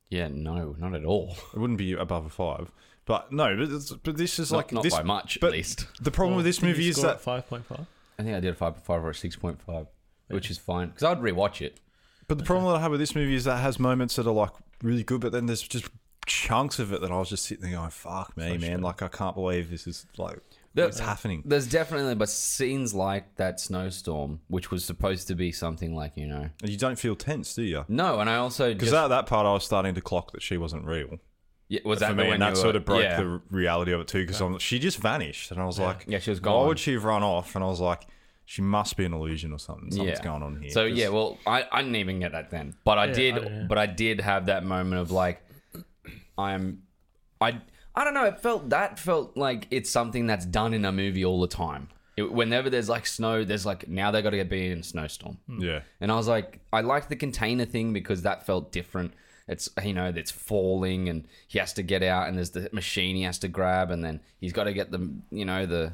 Yeah, no, not at all.
It wouldn't be above a five. But no, but, it's- but this is
Not,
like
not
this.
by much,
but-
at least.
The problem with this movie is that.
five point five.
I think I did a 5.5 or a 6.5, which is fine. Because I'd rewatch it.
But the problem that I have with this movie is that it has moments that are like really good, but then there's just chunks of it that I was just sitting there going, "Fuck me, man! Like I can't believe this is like
The-
what's happening."
There's definitely, but scenes like that snowstorm, which was supposed to be something like, you know.
And you don't feel tense, do you?
No, and I also
Because
just.
at that part, I was starting to clock that she wasn't real.
yeah, was
for
that the
me,
when
and
you
that
were-
sort of broke
yeah.
the reality of it too. Because she just vanished, and I was like,
Yeah, she was
Why
gone.
would she have run off? And I was like, she must be an illusion or something. Something's going on here.
So
'Cause-
yeah, well, I, I didn't even get that then, but I
Yeah,
did.
I don't know.
but I did have that moment of like, I'm, I, I don't know. It felt that felt like it's something that's done in a movie all the time. It- whenever there's like snow, there's like now they got to get beat in a snowstorm.
yeah,
And I was like, I like the container thing because that felt different. It's you know, it's falling, and he has to get out, and there's the machine he has to grab, and then he's got to get the you know the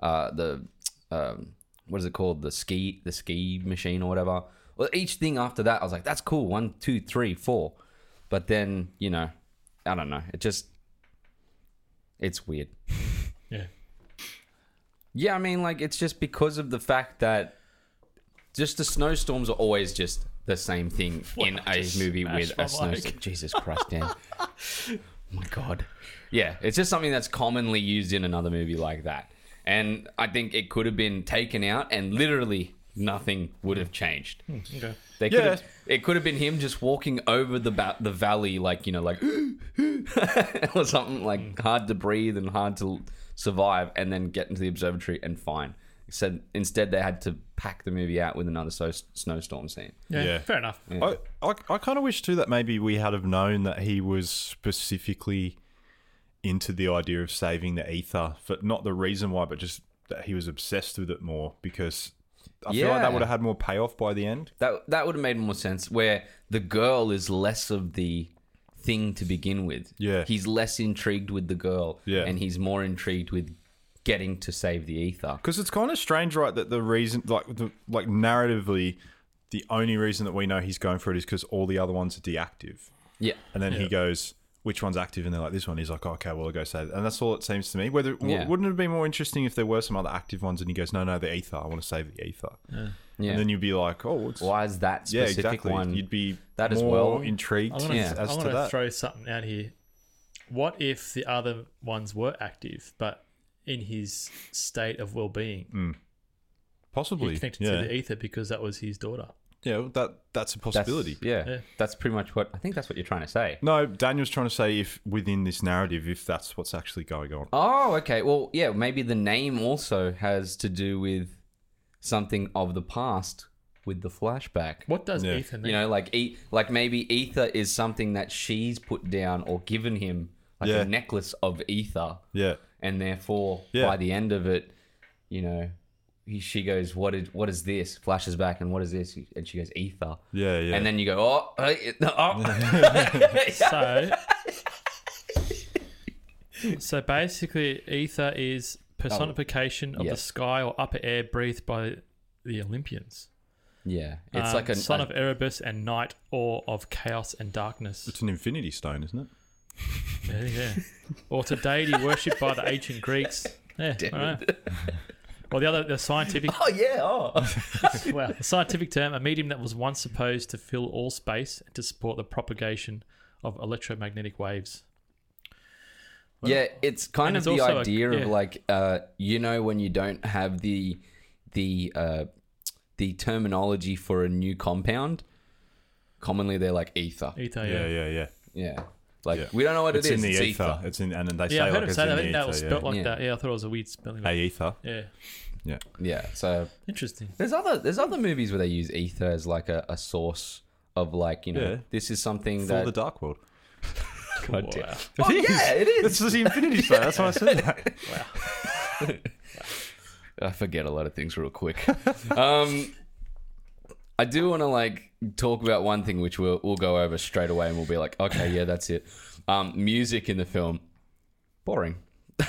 uh, the um, what is it called the ski the ski machine or whatever. Well, each thing after that, I was like, that's cool. One, two, three, four. But then you know, I don't know. It just it's weird.
Yeah.
Yeah, I mean, like it's just because of the fact that just the snowstorms are always just the same thing in a
just
movie
smashed
with
my
a snowstorm. Jesus Christ, Dan! Oh my God, yeah, it's just something that's commonly used in another movie like that, and I think it could have been taken out, and literally nothing would have changed.
Okay.
They could
Yeah.
have, it could have been him just walking over the ba- the valley, like you know, like or something
Mm.
like hard to breathe and hard to survive, and then get into the observatory and fine. Said instead, they had to pack the movie out with another so- snowstorm scene.
Yeah.
Yeah.
Fair enough.
I, I, I kind of wish too that maybe we had have known that he was specifically into the idea of saving the ether, but not the reason why, but just that he was obsessed with it more because I feel like
Yeah.
that would have had more payoff by the end.
That that would have made more sense. Where the girl is less of the thing to begin with.
Yeah.
he's less intrigued with the girl.
Yeah.
and he's more intrigued with getting to save the ether.
Because it's kind of strange, right? That the reason, like, the, like narratively, the only reason that we know he's going for it is because all the other ones are deactive,
Yeah,
and then he goes, "Which one's active?" And they're like, "This one." He's like, "Okay, well, I will go say," that. and that's all it seems to me. Whether w-
Yeah.
wouldn't it be more interesting if there were some other active ones, and he goes, "No, no, the ether. I want to save the ether,"
yeah.
and then you'd be like, "Oh, what's,
Why is that
yeah,
specific
exactly."
one?
You'd be
That as
more
well.
intrigued
I want to
Yeah.
as
I
to
want to
that.
throw something out here. What if the other ones were active, but in his state of well being.
Possibly.
He connected
Mm. yeah.
to the e-, ether because that was his daughter.
yeah, well, that that's a
That's,
possibility.
yeah,
Yeah.
that's pretty much what I think. That's what you're trying to say.
No, Daniel's trying to say if within this narrative, if that's what's actually going on.
Oh, okay. Well, yeah, maybe the name also has to do with something of the past with the flashback.
What does
Yeah.
ether mean?
You know, like e- like maybe ether is something that she's put down or given him, like
Yeah.
a necklace of ether,
Yeah,
and therefore
Yeah.
by the end of it, you know, he, she goes, "What is what is this?" Flashes back, and what is this? And she goes, "Ether."
yeah, yeah.
And then you go, "Oh, hey, it- oh."
so so basically ether is personification of the
Yes.
sky or upper air breathed by the olympians
yeah." It's
Um,
like a
son of erebus and night or of chaos and darkness
it's an infinity stone, isn't it?
yeah, yeah. or to deity worshipped by the ancient greeks yeah all right. well the other the scientific
Oh yeah. Oh.
well, the scientific term, a medium that was once supposed to fill all space and to support the propagation of electromagnetic waves.
yeah, it's kind
and
of
it's
the
also a-
idea
yeah.
of like uh, you know when you don't have the the uh, the terminology for a new compound. Commonly, they're like ether.
Ether, Oh, yeah.
Yeah,
yeah.
yeah, yeah.
Yeah, like
Yeah.
we don't know what
It's
it
in
is.
the
it's
ether.
ether.
It's in, and then they say
I heard
like
him
it's
say
in
that. I
the
think
ether.
that was
yeah.
spelt like
Yeah.
that. Yeah, I thought it was a weird spelling.
A ether.
yeah.
Yeah.
Yeah. So
Interesting.
there's other there's other movies where they use ether as like a, a source of like you know
Yeah.
this is something
For
that.
the dark world.
God damn.
Wow.
Oh, yeah, it is.
It's just the infinity stone. That's why I said that.
I forget a lot of things real quick. um, I do want to like talk about one thing which we'll we'll go over straight away, and we'll be like, okay, yeah, that's it. Um, music in the film, boring.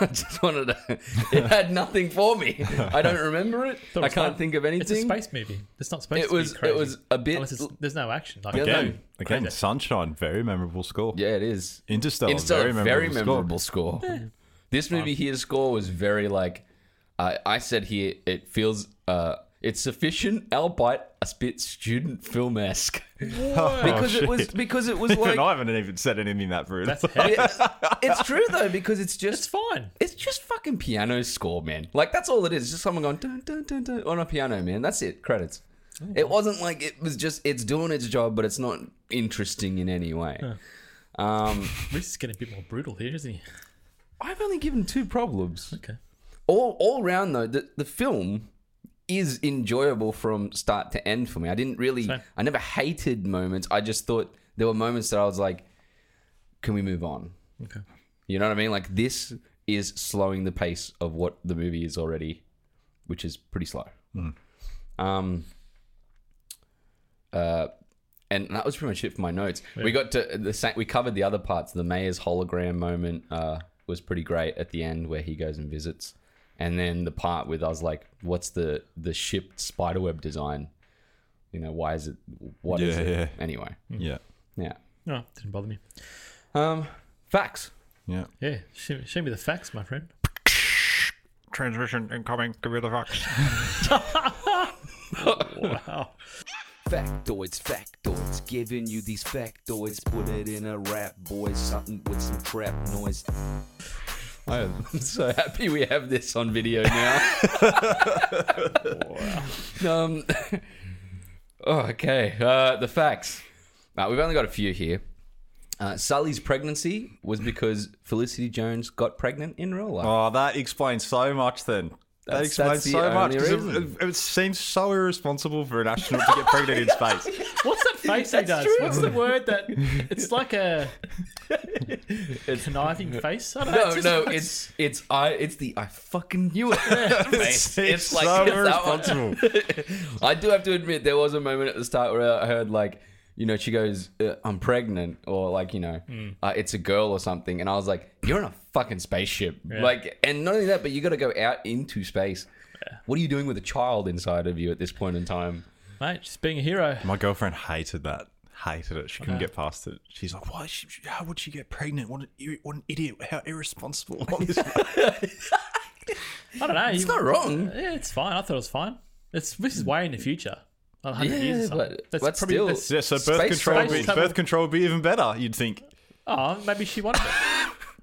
I just wanted to. It had nothing for me. I don't remember it.
Thought it
I
was
can't
fun.
think of anything.
It's a space movie. It's not supposed
it
to be
was.
crazy.
It was a bit.
Unless it's, there's no action. Like,
Yeah, no.
Again, again,
Crazy.
sunshine. Very memorable score.
yeah, it is.
Interstellar.
Interstellar,
very memorable. score.
score. This movie here's score was very like, I I said here it feels uh it's sufficient albeit a bit student film esque
Oh,
because it was
shit.
because it was like
Even I haven't even said anything that rude.
that's heavy.
Yeah, it's true though because it's
It's
just
fine.
it's just fucking piano score man like that's all it is just someone going dun, dun, dun, dun, on a piano man that's it credits.
Oh.
It wasn't like it was just it's doing its job but it's not interesting in any way. Um,
Reese is getting a bit more brutal here, isn't he?
I've only given two problems.
Okay.
all all round though, the, the film is enjoyable from start to end for me. I didn't really,
Same.
I never hated moments. I just thought there were moments that I was like, can we move on?
Okay.
You know what I mean? Like this is slowing the pace of what the movie is already, which is pretty slow.
Hmm.
Um. Uh, and that was pretty much it for my notes. We got to the sa- we covered the other parts. The mayor's hologram moment uh, was pretty great at the end where he goes and visits, and then the part with I was like, "What's the the ship spiderweb design? You know, why is it? What is
Yeah,
it?
yeah.
Anyway,
yeah.
yeah.
No, didn't bother me.
Um, facts.
Yeah.
Yeah, show, show me the facts, my friend.
Transmission incoming, give me the fox.
Wow.
Factoids, factoids, giving you these factoids. Put it in a rap, boys, something with some trap noise.
I'm so happy we have this on video now. um, oh, okay. Uh, the facts. Uh, we've only got a few here. Uh, Sully's pregnancy was because Felicity Jones got pregnant in real life.
Oh, that explains so much then. That
That's-
explains
that's the
so much
only
'cause
reason.
it, it, it seems so irresponsible for an astronaut to get pregnant in space.
What's that face he does? What's the word that? It's like a conniving face. I don't know,
no,
it's just-
no, it's it's I it's the I fucking knew it. It's, it's like
so
it's that one.
irresponsible.
I do have to admit there was a moment at the start where I heard like, you know, she goes, uh, "I'm pregnant," or like, you know, uh, it's a girl or something, and I was like, "You're in a fucking spaceship!" Like, and not only that, but you got to go out into space. What are you doing with a child inside of you at this point in time?
mate, just being a hero.
My girlfriend hated that. Hated it. She couldn't get past it. She's like, "Why? She, how would she get pregnant? What an, ir- what an idiot! How irresponsible!" All this-
I don't know.
It's not wrong.
Yeah, it's fine. I thought it was fine. It's this is way in the future. Like 100 years or
Yeah,
something.
but-
that's
but
probably
still-
that's-
yeah, so birth
Space
control. Would
travel.
be, birth control would be even better. You'd think.
oh, maybe she wanted it.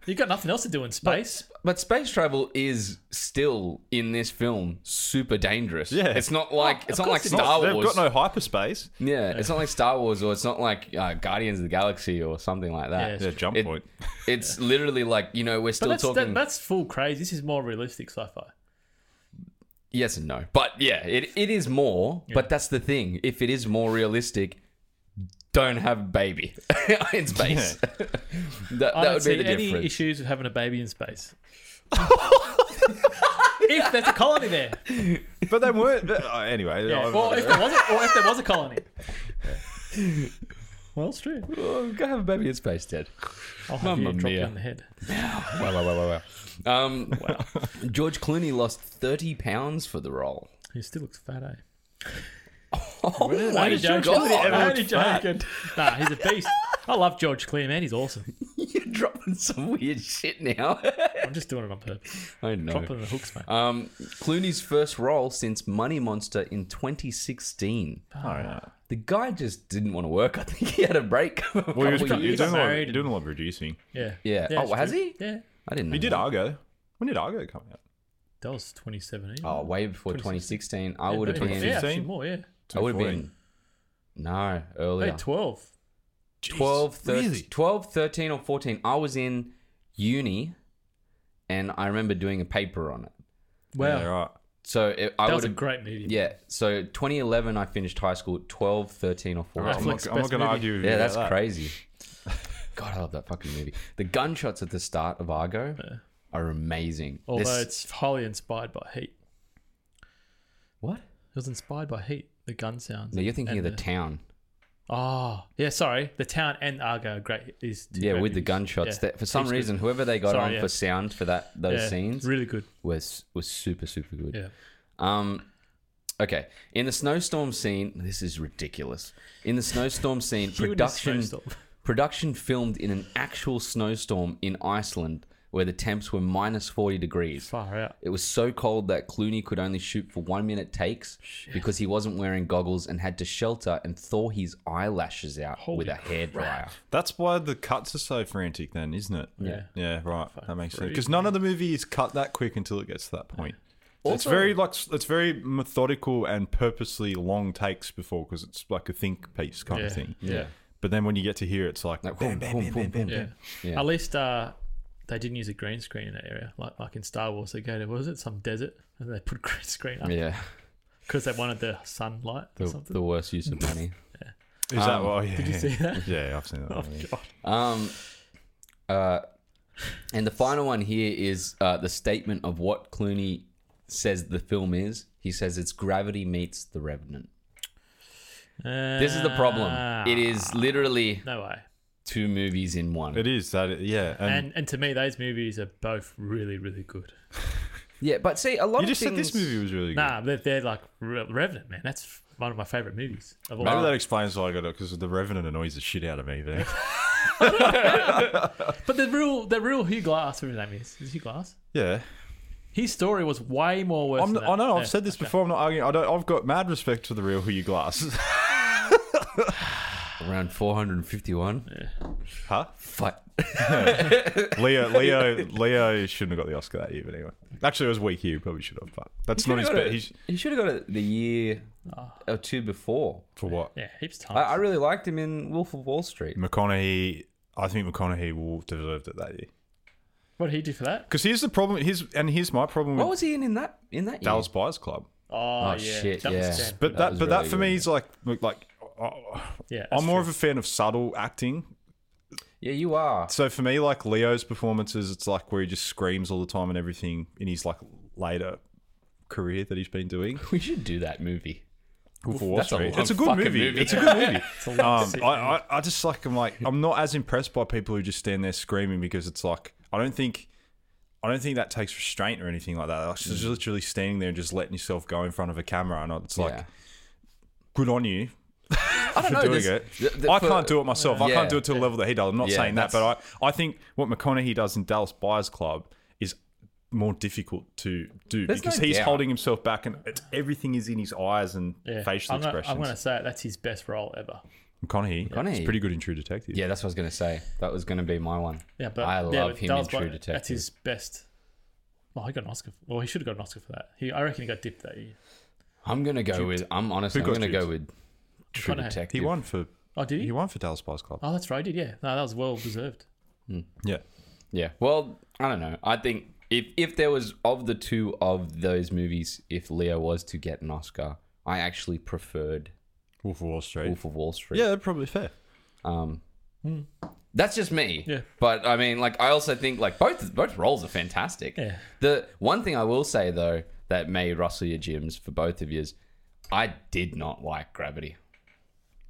You got nothing else to do in space.
But space travel is still in this film super dangerous.
Yeah.
it's not like it's
of
not like
course it
Star
They've
Wars.
got no hyperspace.
yeah, it's not like Star Wars, or it's not like uh, Guardians of the Galaxy, or something like that.
Yeah,
Yeah, jump
It-
point.
It's literally like you know we're
but
still
that's,
talking.
that, that's full crazy. This is more realistic sci-fi.
Yes and no. But yeah, it, it is more, but that's the thing. If it is more realistic, don't have a baby in space. that
I
that
don't
would be
see
the
any
difference.
issues with having a baby in space. if there's a colony there,
But they weren't. but- uh, anyway,
yeah.
I-
or if there was, a, or if there was a colony. Well, it's true.
Oh, go have a baby in space, Ted.
I'll have
Mamma
you dropped
mia.
on the head.
Wow, wow, wow, wow, wow. Um, George Clooney lost 30 pounds for the role.
He still looks fat, eh?
Oh, my
Only joking.
God.
Only joking. Nah, he's a beast. I love George Clooney, man. He's awesome.
You're dropping some weird shit now.
I'm just doing it on purpose.
I know.
Dropping the hooks, mate.
Um, Clooney's first role since Money Monster in 2016.
Oh, yeah.
The guy just didn't want to work. I think he had a break. for a
Well, he was
couple
pro-
of
he
years.
was doing, a lot,
married
he was doing a lot of reducing.
yeah.
Yeah. Oh,
it's
has
true.
he?
Yeah.
I didn't know.
He did
that.
Argo. When did Argo come out?
That was 2017.
Oh, way before 2016. I
Yeah,
would have
maybe-
been.
Yeah, actually
15?
more, yeah.
I would have
2014.
been. No, earlier.
Maybe 12.
12, 13, 12, 13 or 14. I was in uni and I remember doing a paper on it.
Wow.
Yeah, right.
So it, I
That
would
was a
have.
great movie.
Yeah. So 2011, I finished high school 12, 13 or 14.
I'm
Netflix
not, I'm not
best
going to
movie.
argue with you.
Yeah,
about
that's
that.
crazy. God, I love that fucking movie. The gunshots at the start of Argo are amazing.
Although
This-
it's highly inspired by Heat.
what?
It was inspired by Heat, the gun sounds.
No, you're thinking of
and
the town.
Oh, yeah, sorry. The Town and Argo are great. Is
Yeah, with the gunshots. That for some reason, whoever they got
Sorry,
on
yeah.
for sound for that those scenes
Really good.
was was super super good.
Yeah.
Um, okay. In the snowstorm scene, this is ridiculous. In the snowstorm sceen,
You and the
production
snowstorm.
production filmed in an actual snowstorm in Iceland where the temps were minus forty degrees.
Far out.
It was so cold that Clooney could only shoot for one minute takes because he wasn't wearing goggles and had to shelter and thaw his eyelashes out
Holy
with a hairdryer.
That's why the cuts are so frantic, then, isn't it?
Yeah.
Yeah, right. that makes sense. Because none of the movie is cut that quick until it gets to that point. it's
Also-
very like s- it's very methodical and purposely long takes before because it's like a think piece kind of
Yeah.
thing.
Yeah.
But then when you get to here, it's like,
Like, boom,
bam, bam,
boom,
bam,
boom,
bam, bam,
Yeah.
bam.
Yeah.
At least uh, they didn't use a green screen in that area. Like like in Star Wars, they go to, what was it, some desert? And they put green screen up
Yeah.
because they wanted the sunlight or
The,
something.
the worst use of money.
Is that why? Yeah, did
you see that?
Yeah, I've seen that. yeah.
Um, uh, and the final one here is uh, the statement of what Clooney says the film is. He says it's gravity meets the revenant. This is the problem.
Ah.
It is literally
Ah, No way.
two movies in one.
It is that. Yeah, and,
And and to me, those movies are both really really good.
Yeah, but see, a lot
you
of
just said this
things-
movie was really good.
Nah, they're, they're like Re- Revenant, man. That's one of my favorite movies of all.
Maybe that
time.
explains why I got it because the Revenant annoys the shit out of me. There,
But the real the real Hugh Glass, whatever his name is, is Hugh Glass.
yeah.
His story was way more worth.
I'm,
than that.
I know I've
Yeah.
said this before. I'm not arguing. I don't. I've got mad respect for the real Who You Glass.
around 451.
huh?
Fuck.
Leo, Leo, Leo shouldn't have got the Oscar that year. But anyway, actually, it was weak here. Probably should have. But that's not his bet. He's Ah.
He should have got it the year or two before.
for what?
Yeah, heaps of
I, I
times.
really liked him in Wolf of Wall Street.
McConaughey. I think McConaughey will deserved it that year.
What did he do for that?
Because here's the problem. Here's and here's my problem
What
with
was he in in that in that year?
Dallas Buyers Club.
Oh,
Oh,
yeah,
shit,
that
yeah.
Was Jan.
But
That
that,
was
but
really
that for me is like like. oh,
yeah,
I'm
that's
more
true.
of a fan of subtle acting
yeah, you are.
So for me, like Leo's performances, it's like where he just screams all the time and everything in his like later career that he's been doing.
We should do that movie.
Wolf of Wall
That's a
Street.
long
it's a good
fucking
movie.
movie.
It's a good movie.
It's a long
um,
sit-
I, I, I just like I'm like I'm not as impressed by people who just stand there screaming because it's like I don't think I don't think that takes restraint or anything like that. It's just literally standing there and just letting yourself go in front of a camera, and it's like
yeah.
good on you.
I don't
for doing it. I can't do it myself. I
Yeah.
can't do it to the level that he does. I'm not
Yeah,
saying that,
that's-
but I, I think what McConaughey does in Dallas Buyers Club is more difficult to do
There's
because
no
he's
doubt.
holding himself back and it's, everything is in his eyes and
yeah.
facial
I'm gonna,
expressions.
I'm gonna say it, that's his best role ever.
McConaughey.
McConaughey.
He's pretty good in True Detective.
Yeah, that's what I was going to say. That was going to be my one.
Yeah, but
I
yeah,
love
but
him
that
in
was
True
what-
Detective.
That's his best. Well, he got an Oscar. For, well, he should have got an Oscar for that. He, I reckon, he got dipped that year.
I'm going to go with. I'm honestly.
Who
I'm
got
going to go
duped?
with True
McConaughey. He
Detective.
He won for
Oh, did he?
he won for Dallas Buyers Club.
Oh, that's right. He did. Yeah. No, that was well deserved.
Yeah.
Yeah. Well, I don't know. I think if if there was of the two of those movies, if Leo was to get an Oscar, I actually preferred
Wolf of Wall Street.
Wolf of Wall Street.
Yeah, that's probably fair.
Um, That's just me.
Yeah.
But I mean, like, I also think like both both roles are fantastic.
Yeah.
The one thing I will say though that may rustle your gyms for both of you is, I did not like Gravity.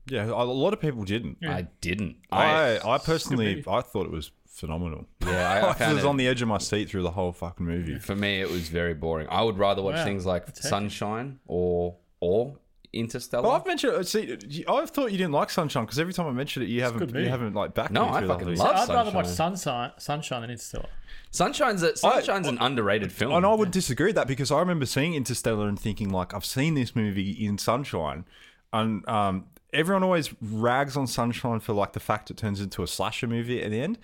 Yeah, a lot of people didn't.
I didn't.
I, I personally, I thought it was phenomenal.
yeah, I, I
I
found
was
it.
on the edge of my seat through the whole fucking movie.
for me, it was very boring. I would rather watch
Wow.
things like
That's heavy.
Sunshine or or Interstellar.
Well, I've mentioned. See, you- I thought you didn't like Sunshine because every time I mentioned it, you
a
haven't,
good
you
movie.
haven't like backed
No,
me
I
through the
fucking
whole
love
I'd rather watch
Sunshine.
Sunshine, Sunshine than Interstellar.
Sunshine's a, Sunshine's an underrated film.
And I would disagree with that because I remember seeing Interstellar and thinking like I've seen this movie in Sunshine, and um, everyone always rags on Sunshine for like the fact it turns into a slasher movie at the end.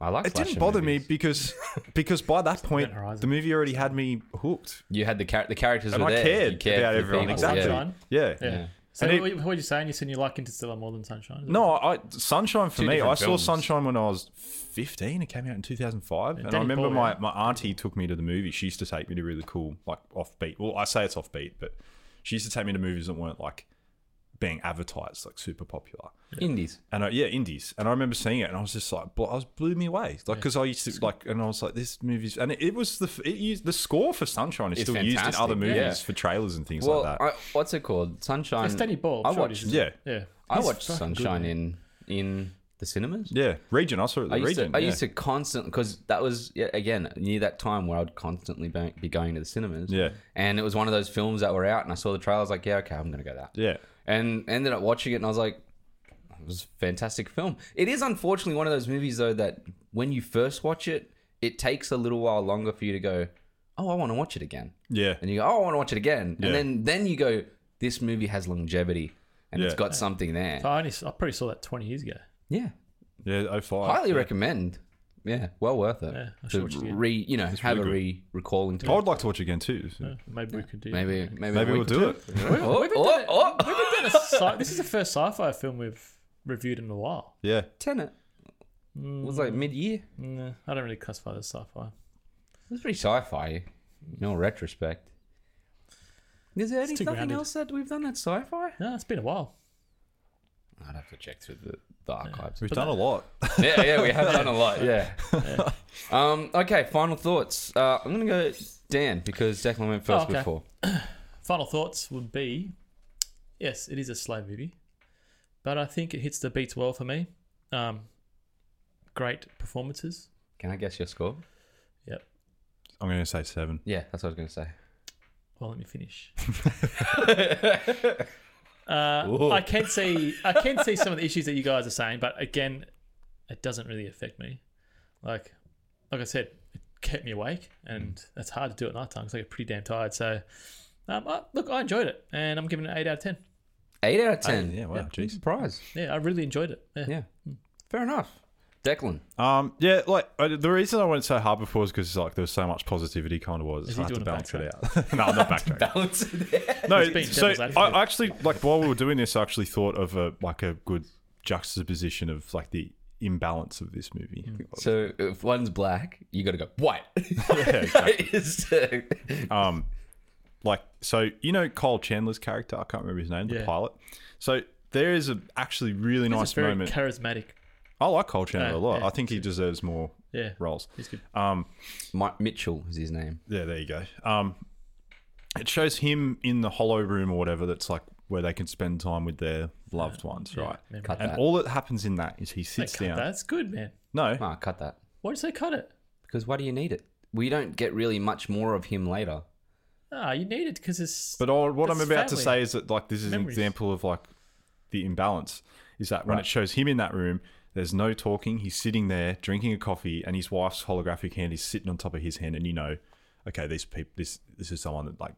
I like.
It didn't bother me because because by that point
Horizon.
the movie already had me hooked,
me. You had the char- the characters
and
were
I
there.
cared,
you cared
about
for
everyone.
people,
Exactly.
yeah.
Sunshine.
Yeah.
Yeah.
Yeah.
So
And
what, what were you saying? You said you like Interstellar more than Sunshine? Is that-
No, I Sunshine for
Two
me.
different
I saw
films.
Sunshine when I was fifteen. It came out in two thousand five, and I
Danny
remember
Boyle,
my,
yeah.
my auntie took me to the movie. She used to take me to really cool like offbeat. Well, I say it's offbeat, but she used to take me to movies that weren't like being advertised like super popular.
Indies.
And I, yeah, indies. And I remember seeing it, and I was just like, bl- I was blew me away. Like because I used to like, and I was like, this movie's and it, it was the f- it used the score for Sunshine is
It's
still used in
fantastic,
other movies
yeah.
for trailers and things
Well,
like that.
I, what's it called? Sunshine.
It's Danny Boyle.
I
sure it
watched.
is, isn't
yeah,
it? Yeah.
I
He's
watched
fucking good,
Sunshine
man.
in in the cinemas.
yeah, Region. I saw it. at The
I used,
Region.
to, I
yeah.
used to constantly because that was yeah, again near that time where I'd constantly ba- be going to the cinemas.
Yeah.
and it was one of those films that were out, and I saw the trailer. I was like, yeah, okay, I'm gonna go that.
Yeah.
and ended up watching it, and I was like, it was a fantastic film. It is unfortunately one of those movies though that when you first watch it, it takes a little while longer for you to go, oh, I want to watch it again,
Yeah.
and you go, oh, I want to watch it again,
Yeah.
and then then you go, this movie has longevity and it's
Yeah.
got something there.
I only, I probably saw that 20 years ago.
Yeah,
Yeah, oh five.
highly recommend. Yeah, well worth it.
Yeah, I should
to
watch it again.
re, you know, have
really
a re recalling to
I
it.
would like to watch again too. so
Maybe we could do
Maybe, maybe,
Maybe
we
we'll
could-
do it.
Oh, oh, oh,
We've been doing a sci- this is the first sci-fi film we've reviewed in a while.
Yeah.
Tenet was like mid year.
Nah, I don't really classify this sci-fi.
It was pretty sci-fi. In all retrospect, is there
too
anything
grounded.
else that we've done that's sci-fi?
No, it's been a while.
I'd have to check through the, the archives.
We've done a lot.
yeah, yeah, we have done a lot. Yeah. um. Okay. Final thoughts. Uh, I'm gonna go Dan because Declan went first
Oh, okay.
before.
Final thoughts would be, yes, it is a slow movie, but I think it hits the beats well for me. Um, great performances.
Can I guess your score?
Yep.
I'm going to say seven.
Yeah, that's what I was gonna say.
Well, let me finish. uh, I can see I can see some of the issues that you guys are saying, but again, it doesn't really affect me. Like like I said, it kept me awake, and
Mm.
it's hard to do at night time because I get pretty damn tired. So, um, I, look, I enjoyed it, and I'm giving it an eight out of ten.
Eight out of ten.
Yeah, wow, jeez.
Surprise.
Yeah, I really enjoyed it. Yeah.
Yeah. Fair enough. Declan.
Um, yeah, like I, the reason I went so hard before is because like there was so much positivity, kind of was.
Is he
I had to
doing a
balance it out. no, I'm not backtracking. no,
been
so
devil's advocate.
I actually like while we were doing this, I actually thought of a like a good juxtaposition of like the imbalance of this movie.
Hmm.
So if one's black, you gotta go white. It's, uh,
Um, like so, you know Cole Chandler's character. I can't remember his name. The
Yeah.
pilot. So there is a actually really
He's
nice
a very
moment.
charismatic.
I like Cole Chandler
Uh,
a lot.
yeah.
I think he deserves more
Yeah,
roles.
he's good.
Um,
Mike Mitchell is his name.
yeah, there you go. Um, it shows him in the hollow room or whatever. That's like where they can spend time with their loved ones, right?
Remember
Cut
And
that.
all that happens in that is he
that.
sits
Cut
down.
that. That's good, man.
No,
Ah, cut that.
Why did you say cut it?
Because why do you need it? We don't get really much more of him later.
Ah, you need it because it's
but all, what I'm
That's
about to
family.
say is that like this is
Memories.
an example of like the imbalance. Is that when it shows him in that room, there's no talking. He's sitting there drinking a coffee, and his wife's holographic hand is sitting on top of his hand, and you know, okay, these people, this this is someone that like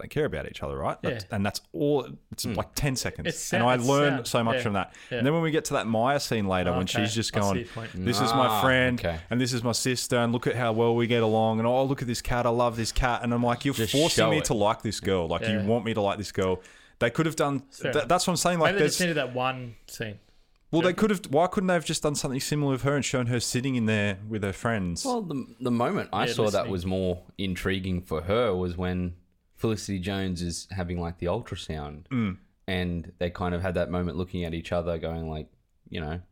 they care about each other, right?
Yeah.
That's- and that's all. It's
Hmm.
like ten seconds,
It's
and
sa-
I
it's
learned
sound,
so much
yeah,
from that.
yeah. Oh,
And then when we get to that Maya scene later, when
Okay,
she's just
I see
going,
your point.
"This is my
Ah,
friend,
okay.
and this is my sister, and look at how well we get along, and oh look at this cat, I love this cat," and I'm like, "You're
Just
forcing
show
me
it.
to like this girl, like you
Yeah.
want me to like this girl." They could have done.
Fair
Th-
enough.
that's what I'm saying. Like,
Maybe they just
there's-
needed that one scene.
well, they could have. Why couldn't they have just done something similar with her and shown her sitting in there with her friends?
Well, the, the moment I
Yeah,
saw that
listening.
was more intriguing for her was when Felicity Jones is having like the ultrasound,
Mm.
and they kind of had that moment looking at each other, going like, you know,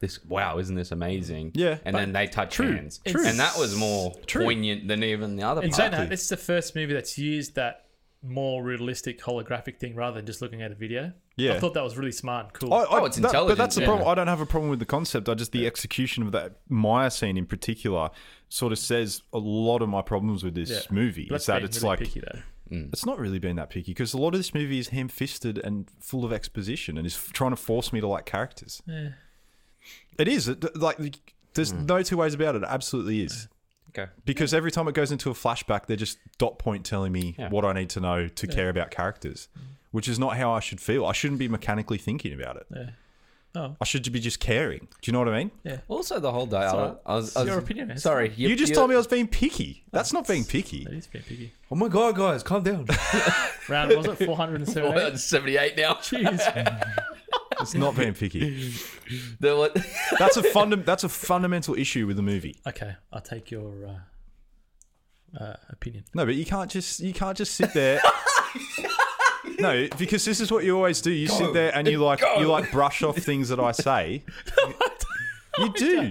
this wow, isn't this amazing?
Yeah,
and
but-
then they touch
True,
hands,
true.
and that was more
True.
poignant than even the other
And
part.
saying that, this is the first movie that's used that more realistic holographic thing rather than just looking at a video.
Yeah.
I thought that was really smart and cool.
I, I,
Oh, it's
that- But
intelligent,
that's the
yeah.
problem. I don't have a problem with the concept. I just the execution of that Maya scene in particular sort of says a lot of my problems with this
Yeah.
movie.
But that's
is that
being
it's
really
like
picky though.
it's not really been that picky because a lot of this movie is ham-fisted and full of exposition and is f- trying to force me to like characters. It is it, like there's
Hmm.
no two ways about it. It absolutely is.
Okay.
Because every time it goes into a flashback, they're just dot point telling me
Yeah.
what I need to know to care about characters, which is not how I should feel. I shouldn't be mechanically thinking about it.
Yeah. Oh.
I should be just caring. Do you know what I mean?
Also, the whole dialogue.
all right.
I was,
It's
I was,
your opinion, man.
Sorry,
You, just told me I was being picky. That's not being picky.
That is being picky.
Oh my god, guys, calm down.
Round was it four hundred and seventy?
It's Seventy-eight now.
Jeez.
It's not being picky.
The what-
That's a funda- That's a fundamental issue with the movie.
Okay, I'll take your uh, uh, opinion.
No, but you can't just you can't just sit there. No, because this is what you always do. You sit there and you like you like brush off things that I say. you do.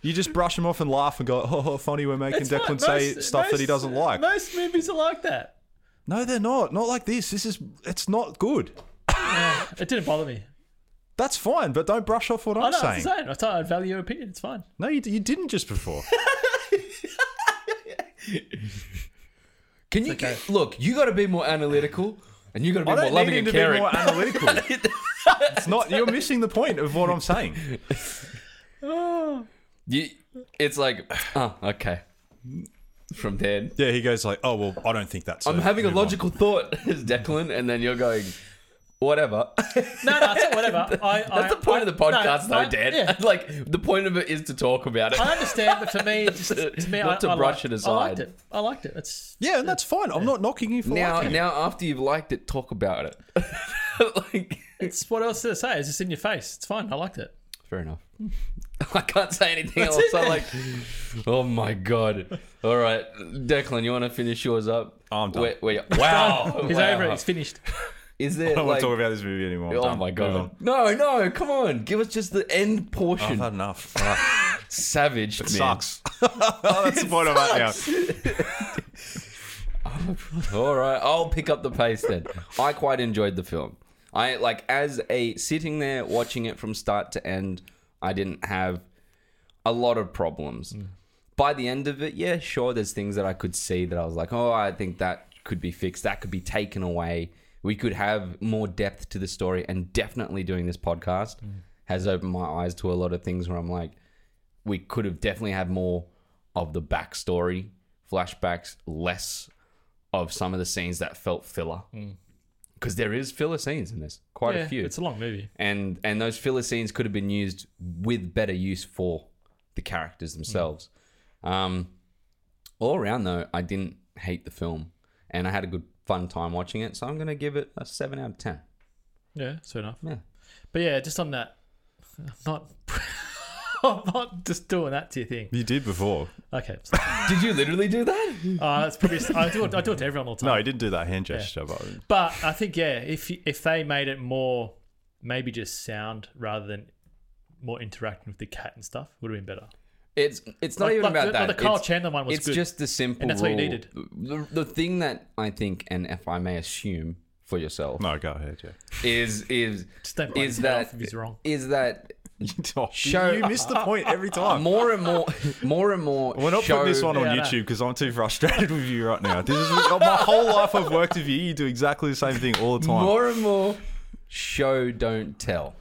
You just brush them off and laugh and go, "Oh, funny, we're making Declan say stuff that he doesn't like."
Most movies are like that.
No, they're not. Not like this. This is it's not good.
It didn't bother me.
That's fine, but don't brush off what
I
I'm
know,
saying.
it's the same. I thought I'd value your opinion. It's fine.
No, you, you didn't just before.
Can you get, look? You got to be more analytical, and you got to be
I
more
don't need
loving
him
and
to be
caring.
more analytical. it's not. You're missing the point of what I'm saying.
You, it's like, oh, okay. From then,
Yeah, he goes like, "Oh well, I don't think that's."
I'm having a logical thought, is Declan, and then you're going, whatever.
No, no, it's not whatever. I, I,
That's the point of
I-
the podcast,
no, I-
though, Dan.
yeah.
Like the point of it is to talk about it.
I understand, but for me, it's just, to me,
Not
I,
to
I
brush
liked,
it
I liked
aside.
it. I liked it. It's
Yeah, and that's fine. I'm not knocking you for
now,
liking it.
now after you've liked it, talk about it. like,
it's what else did I say? It's just in your face. It's fine. I liked it.
fair enough. I can't say anything else. I'm like, oh my god. All right, Declan, you want to finish yours up?
I'm done.
Wait, wait, Oh, wow,
He's
wow.
over it. He's finished.
Is there?
I don't want
like,
to talk about this movie anymore. I'm
Oh
done.
my
Move
god!
on.
No, no, come on! Give us just the end
I've
portion.
had enough. Fuck.
Savage man.
Oh, Sucks. that's the point I'm at now.
All right, I'll pick up the pace then. I quite enjoyed the film. I like as a sitting there watching it from start to end. I didn't have a lot of problems.
Mm.
By the end of it, yeah, sure, there's things that I could see that I was like, oh, I think that could be fixed. That could be taken away. We could have more depth to the story. And definitely doing this podcast
Mm.
has opened my eyes to a lot of things where I'm like, we could have definitely had more of the backstory, flashbacks, less of some of the scenes that felt filler. Because there is filler scenes in this, quite
Mm. yeah,
a few
It's a long movie.
and and those filler scenes could have been used with better use for the characters themselves. Um, all around though, I didn't hate the film, and I had a good fun time watching it. So I'm gonna give it a seven out of ten.
Yeah, it's fair enough.
Yeah.
But yeah, just on that, I'm not. I'm not just doing that to your thing.
You did before.
Okay. so-
Did you literally do that?
Uh, that's probably I do, it, I do it to everyone all the time.
No, he didn't do that hand gesture. But
But I think yeah, if if they made it more, maybe just sound rather than more interacting with the cat and stuff, would have been better.
It's it's not
Like-
even
like
about
the-
that.
like the Kyle
it's,
Chandler one was
It's
good.
just the simple.
And that's what you
rule.
needed.
The, the thing that I think, and if I may assume for yourself,
no, go ahead. Yeah. Oh,
is is
Just don't blame
is
him
that
if he's wrong.
is that
Show-
Show-
you miss the point every time.
more and more more and more.
Oh. We're not
show-
putting this one on
Yeah, I know.
YouTube because I'm too frustrated with you right now. This is my whole life I've worked with you. You do exactly the same thing all the time.
More and more show don't tell.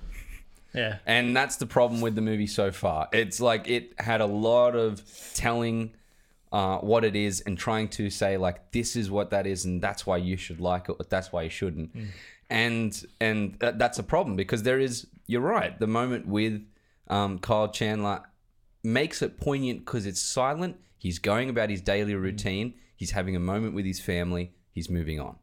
Yeah.
And that's the problem with the movie so far. It's like it had a lot of telling, uh, what it is and trying to say like this is what that is and that's why you should like it, but that's why you shouldn't. And and that that's a problem because there is you're right. The moment with um, Kyle Chandler makes it poignant because it's silent. He's going about his daily routine. He's having a moment with his family. He's moving on.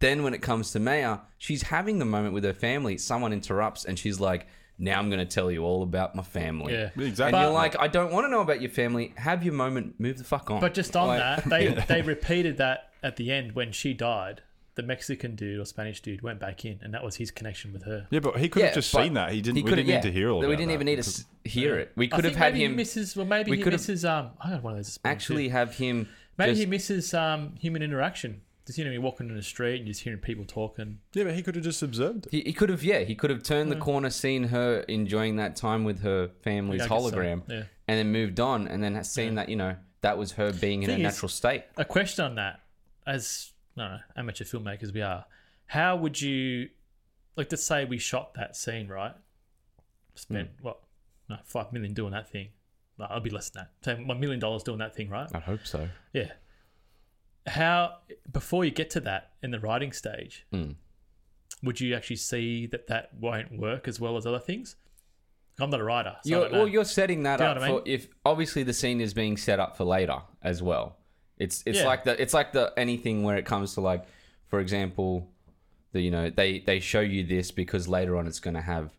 Then when it comes to Maya, she's having the moment with her family. Someone interrupts and she's like, "Now I'm going to tell you all about my family."
Yeah.
Exactly.
And you're
But-
like, "I don't want to know about your family. Have your moment. Move the fuck on."
But just on
Like-
that, they they repeated that at the end when she died. The Mexican dude or Spanish dude went back in, and that was his connection with her.
Yeah, but he could have just
but
seen that. He didn't. we
could've-
didn't need
yeah.
to hear all.
We
About
didn't
that.
even need to s- hear it. We
I
could have
think
had
maybe
him
He misses. Well, maybe
we
he
could've-
misses. Um, I had one of those. this morning, too.
actually have him.
maybe he
just-
misses um human interaction. Just you know, you're walking in the street and just hearing people talking.
Yeah, but he could have just observed. It.
He, he could have, yeah, he could have turned
Mm.
the corner, seen her enjoying that time with her family's
Yeah, I guess so.
hologram,
Yeah.
and then moved on, and then has seen that you know that was her being in a
Thing is-
natural state.
a question on that as no, no, amateur filmmakers we are how would you like let's say we shot that scene right spent
Hmm.
what no five million doing that thing no, i'll be less than that say one million dollars doing that thing right
I hope so.
yeah how before you get to that in the writing stage
Mm.
would you actually see that that won't work as well as other things i'm not a writer so I
You're,
don't know.
well, you're setting that
Do you
up
know what I
for if obviously the scene is being set up for later as well. It's it's
Yeah.
like the it's like the anything where it comes to like, for example, the you know they they show you this because later on it's going to have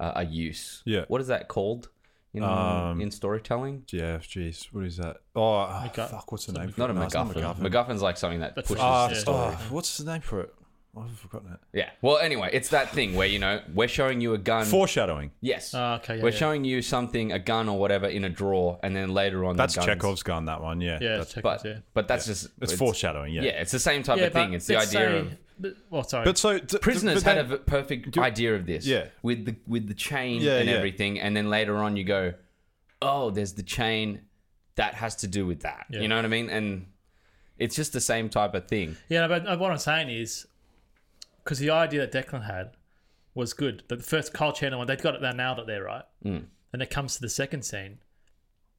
uh, a use.
Yeah.
What is that called? You know,
Um,
in storytelling.
Yeah, jeez, what is that? Oh, ah,
Mcgu-
fuck, what's the name? for
Not
it?
a
No, it's
MacGuffin. MacGuffin's like something that
That
pushes
pushes
Ah,
the
Yeah.
story.
oh, what's the name for it? I've forgotten it.
Yeah. Well, anyway, it's that thing where you know we're showing you a gun.
Foreshadowing.
yes.
Ah, okay yeah,
we're
yeah.
showing you something, a gun or whatever, in a drawer, and then later on
That's
the guns.
Chekhov's gun. That one. Yeah.
yeah,
That's,
check
But
yeah.
but that's just
it's foreshadowing. Yeah.
Yeah, it's the same type
yeah
of thing. It's the
let's
idea
say-
of
but- well sorry
But so d-
prisoners
but then-
had a v- perfect
Do-
idea of this.
Yeah.
With the with the chain
Yeah,
and
yeah.
everything, and then later on you go, oh, there's the chain that has to do with that.
Yeah.
You know what I mean? And it's just the same type of thing.
Yeah, no, but uh, what I'm saying is, because the idea that Declan had was good. The first Kyle Chandler one, they got it, they nailed it there, right? Mm. And it comes to the second scene.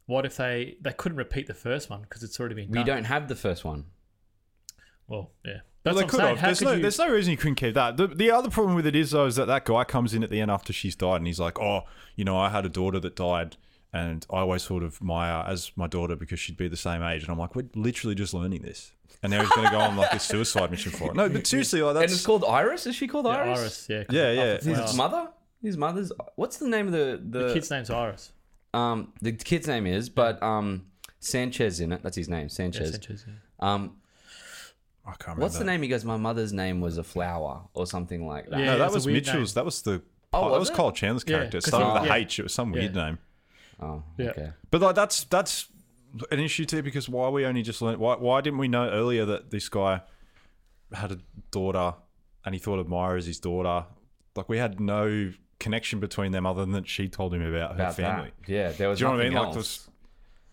What if they they couldn't repeat the first one because it's already been
We
done?
don't have the first one.
Well, yeah,
Well,
that's
they
what
could
I'm saying.
have.
How
There's
could
no,
you?
there's no reason you couldn't keep that. The, the other problem with it is though is that that guy comes in at the end after she's died and he's like, oh, you know, I had a daughter that died, and I always thought of Maya as my daughter because she'd be the same age, and I'm like, we're literally just learning this, and now he's going to go on like this suicide mission for it. No, but seriously, like
And it's
that's
called Iris. Is she called
Yeah,
Iris?
Iris, yeah, 'cause
yeah, yeah.
it's-
His
Wow.
mother. His mother's. What's the name of the the,
The kid's name's Iris.
um the kid's name is, but um Sanchez in it. That's his name,
Yeah,
Sanchez.
Sanchez, yeah.
Um,
I can't remember.
what's the name? He goes, my mother's name was a flower or something like that.
Yeah.
No, that
it's a
was
weird
Mitchell's. That was the.
Oh,
that
was
was
it?
Kyle Chandler's
Yeah,
character. It
'cause
started with
he-
a
yeah.
H. It was some weird
Yeah.
name.
Oh,
Yeah.
okay.
But like that's that's an issue too because why we only just learned why why didn't we know earlier that this guy had a daughter and he thought of Myra as his daughter? Like we had no connection between them other than that she told him about her
About
family.
that. Yeah, there was.
Do you know what I
nothing
mean? Like
else.
this,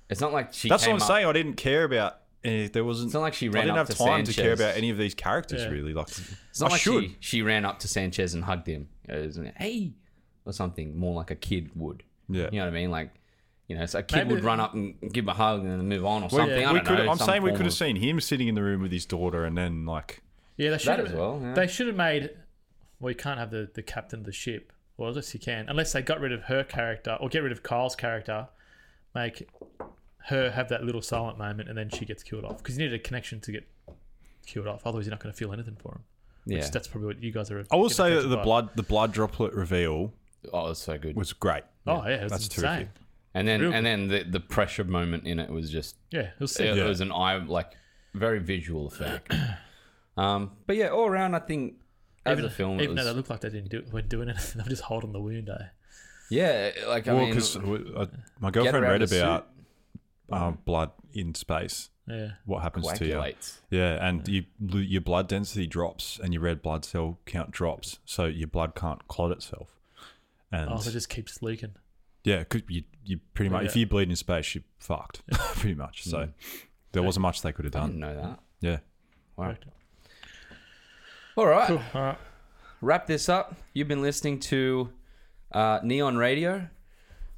It's not like she.
that's
came
what I'm
up-
saying. I didn't care about. eh, there wasn't.
It's not like she
I
ran
didn't
up
have
to
time to care
Sanchez.
about any of these characters
Yeah.
really. Like
It's not
I
like
should.
she she ran up to Sanchez and hugged him. It was, hey, or something more like a kid would.
Yeah.
You know what I mean? Like, you know, so a kid
Maybe-
would run up and give him a hug and then move on or
We-
something. I
we
don't
could,
know.
I'm
some
saying we
form
could have
of-
seen him sitting in the room with his daughter and then like
Yeah, they should
as
have.
well, yeah.
They should have made. Well, you can't have the, the captain of the ship. Well, unless you can, unless they got rid of her character or get rid of Kyle's character, make her have that little silent moment, and then she gets killed off because you need a connection to get killed off. Otherwise, you're not going to feel anything for him.
Yeah.
Which that's probably what you guys are.
I will say that the blood the blood droplet reveal
oh, it's so good.
was great.
Oh yeah, it was
That's
insane.
terrific.
and then
real
and then the the pressure moment in it was just
Yeah, it was sick.
it,
Yeah.
was an eye like very visual effect. um, but yeah, all around I think as
even
a film,
even
it
though
was,
they looked like they didn't do it, weren't doing anything, they were just holding the wound. Eh?
yeah, like I
Well,
mean,
'cause well, because my
get
girlfriend
around
read
the
about um, blood in space.
Yeah,
What happens to you?
coagulates.
Yeah, and you lo- your blood density drops, and your red blood cell count drops, so your blood can't clot itself. And
oh, so it just keeps leaking.
yeah, could you you pretty much if
Yeah.
you bleed in space, you are fucked pretty much. So there wasn't much they could have
I didn't
done.
know that.
Yeah,
Wow. All right.
Cool. All right.
wrap this up. You've been listening to uh, Neon Radio.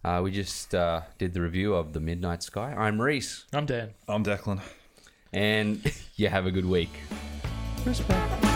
Uh, we just uh, did the review of The Midnight Sky. I'm Reese,
I'm Dan.
I'm Declan.
and you have a good week.
Respect.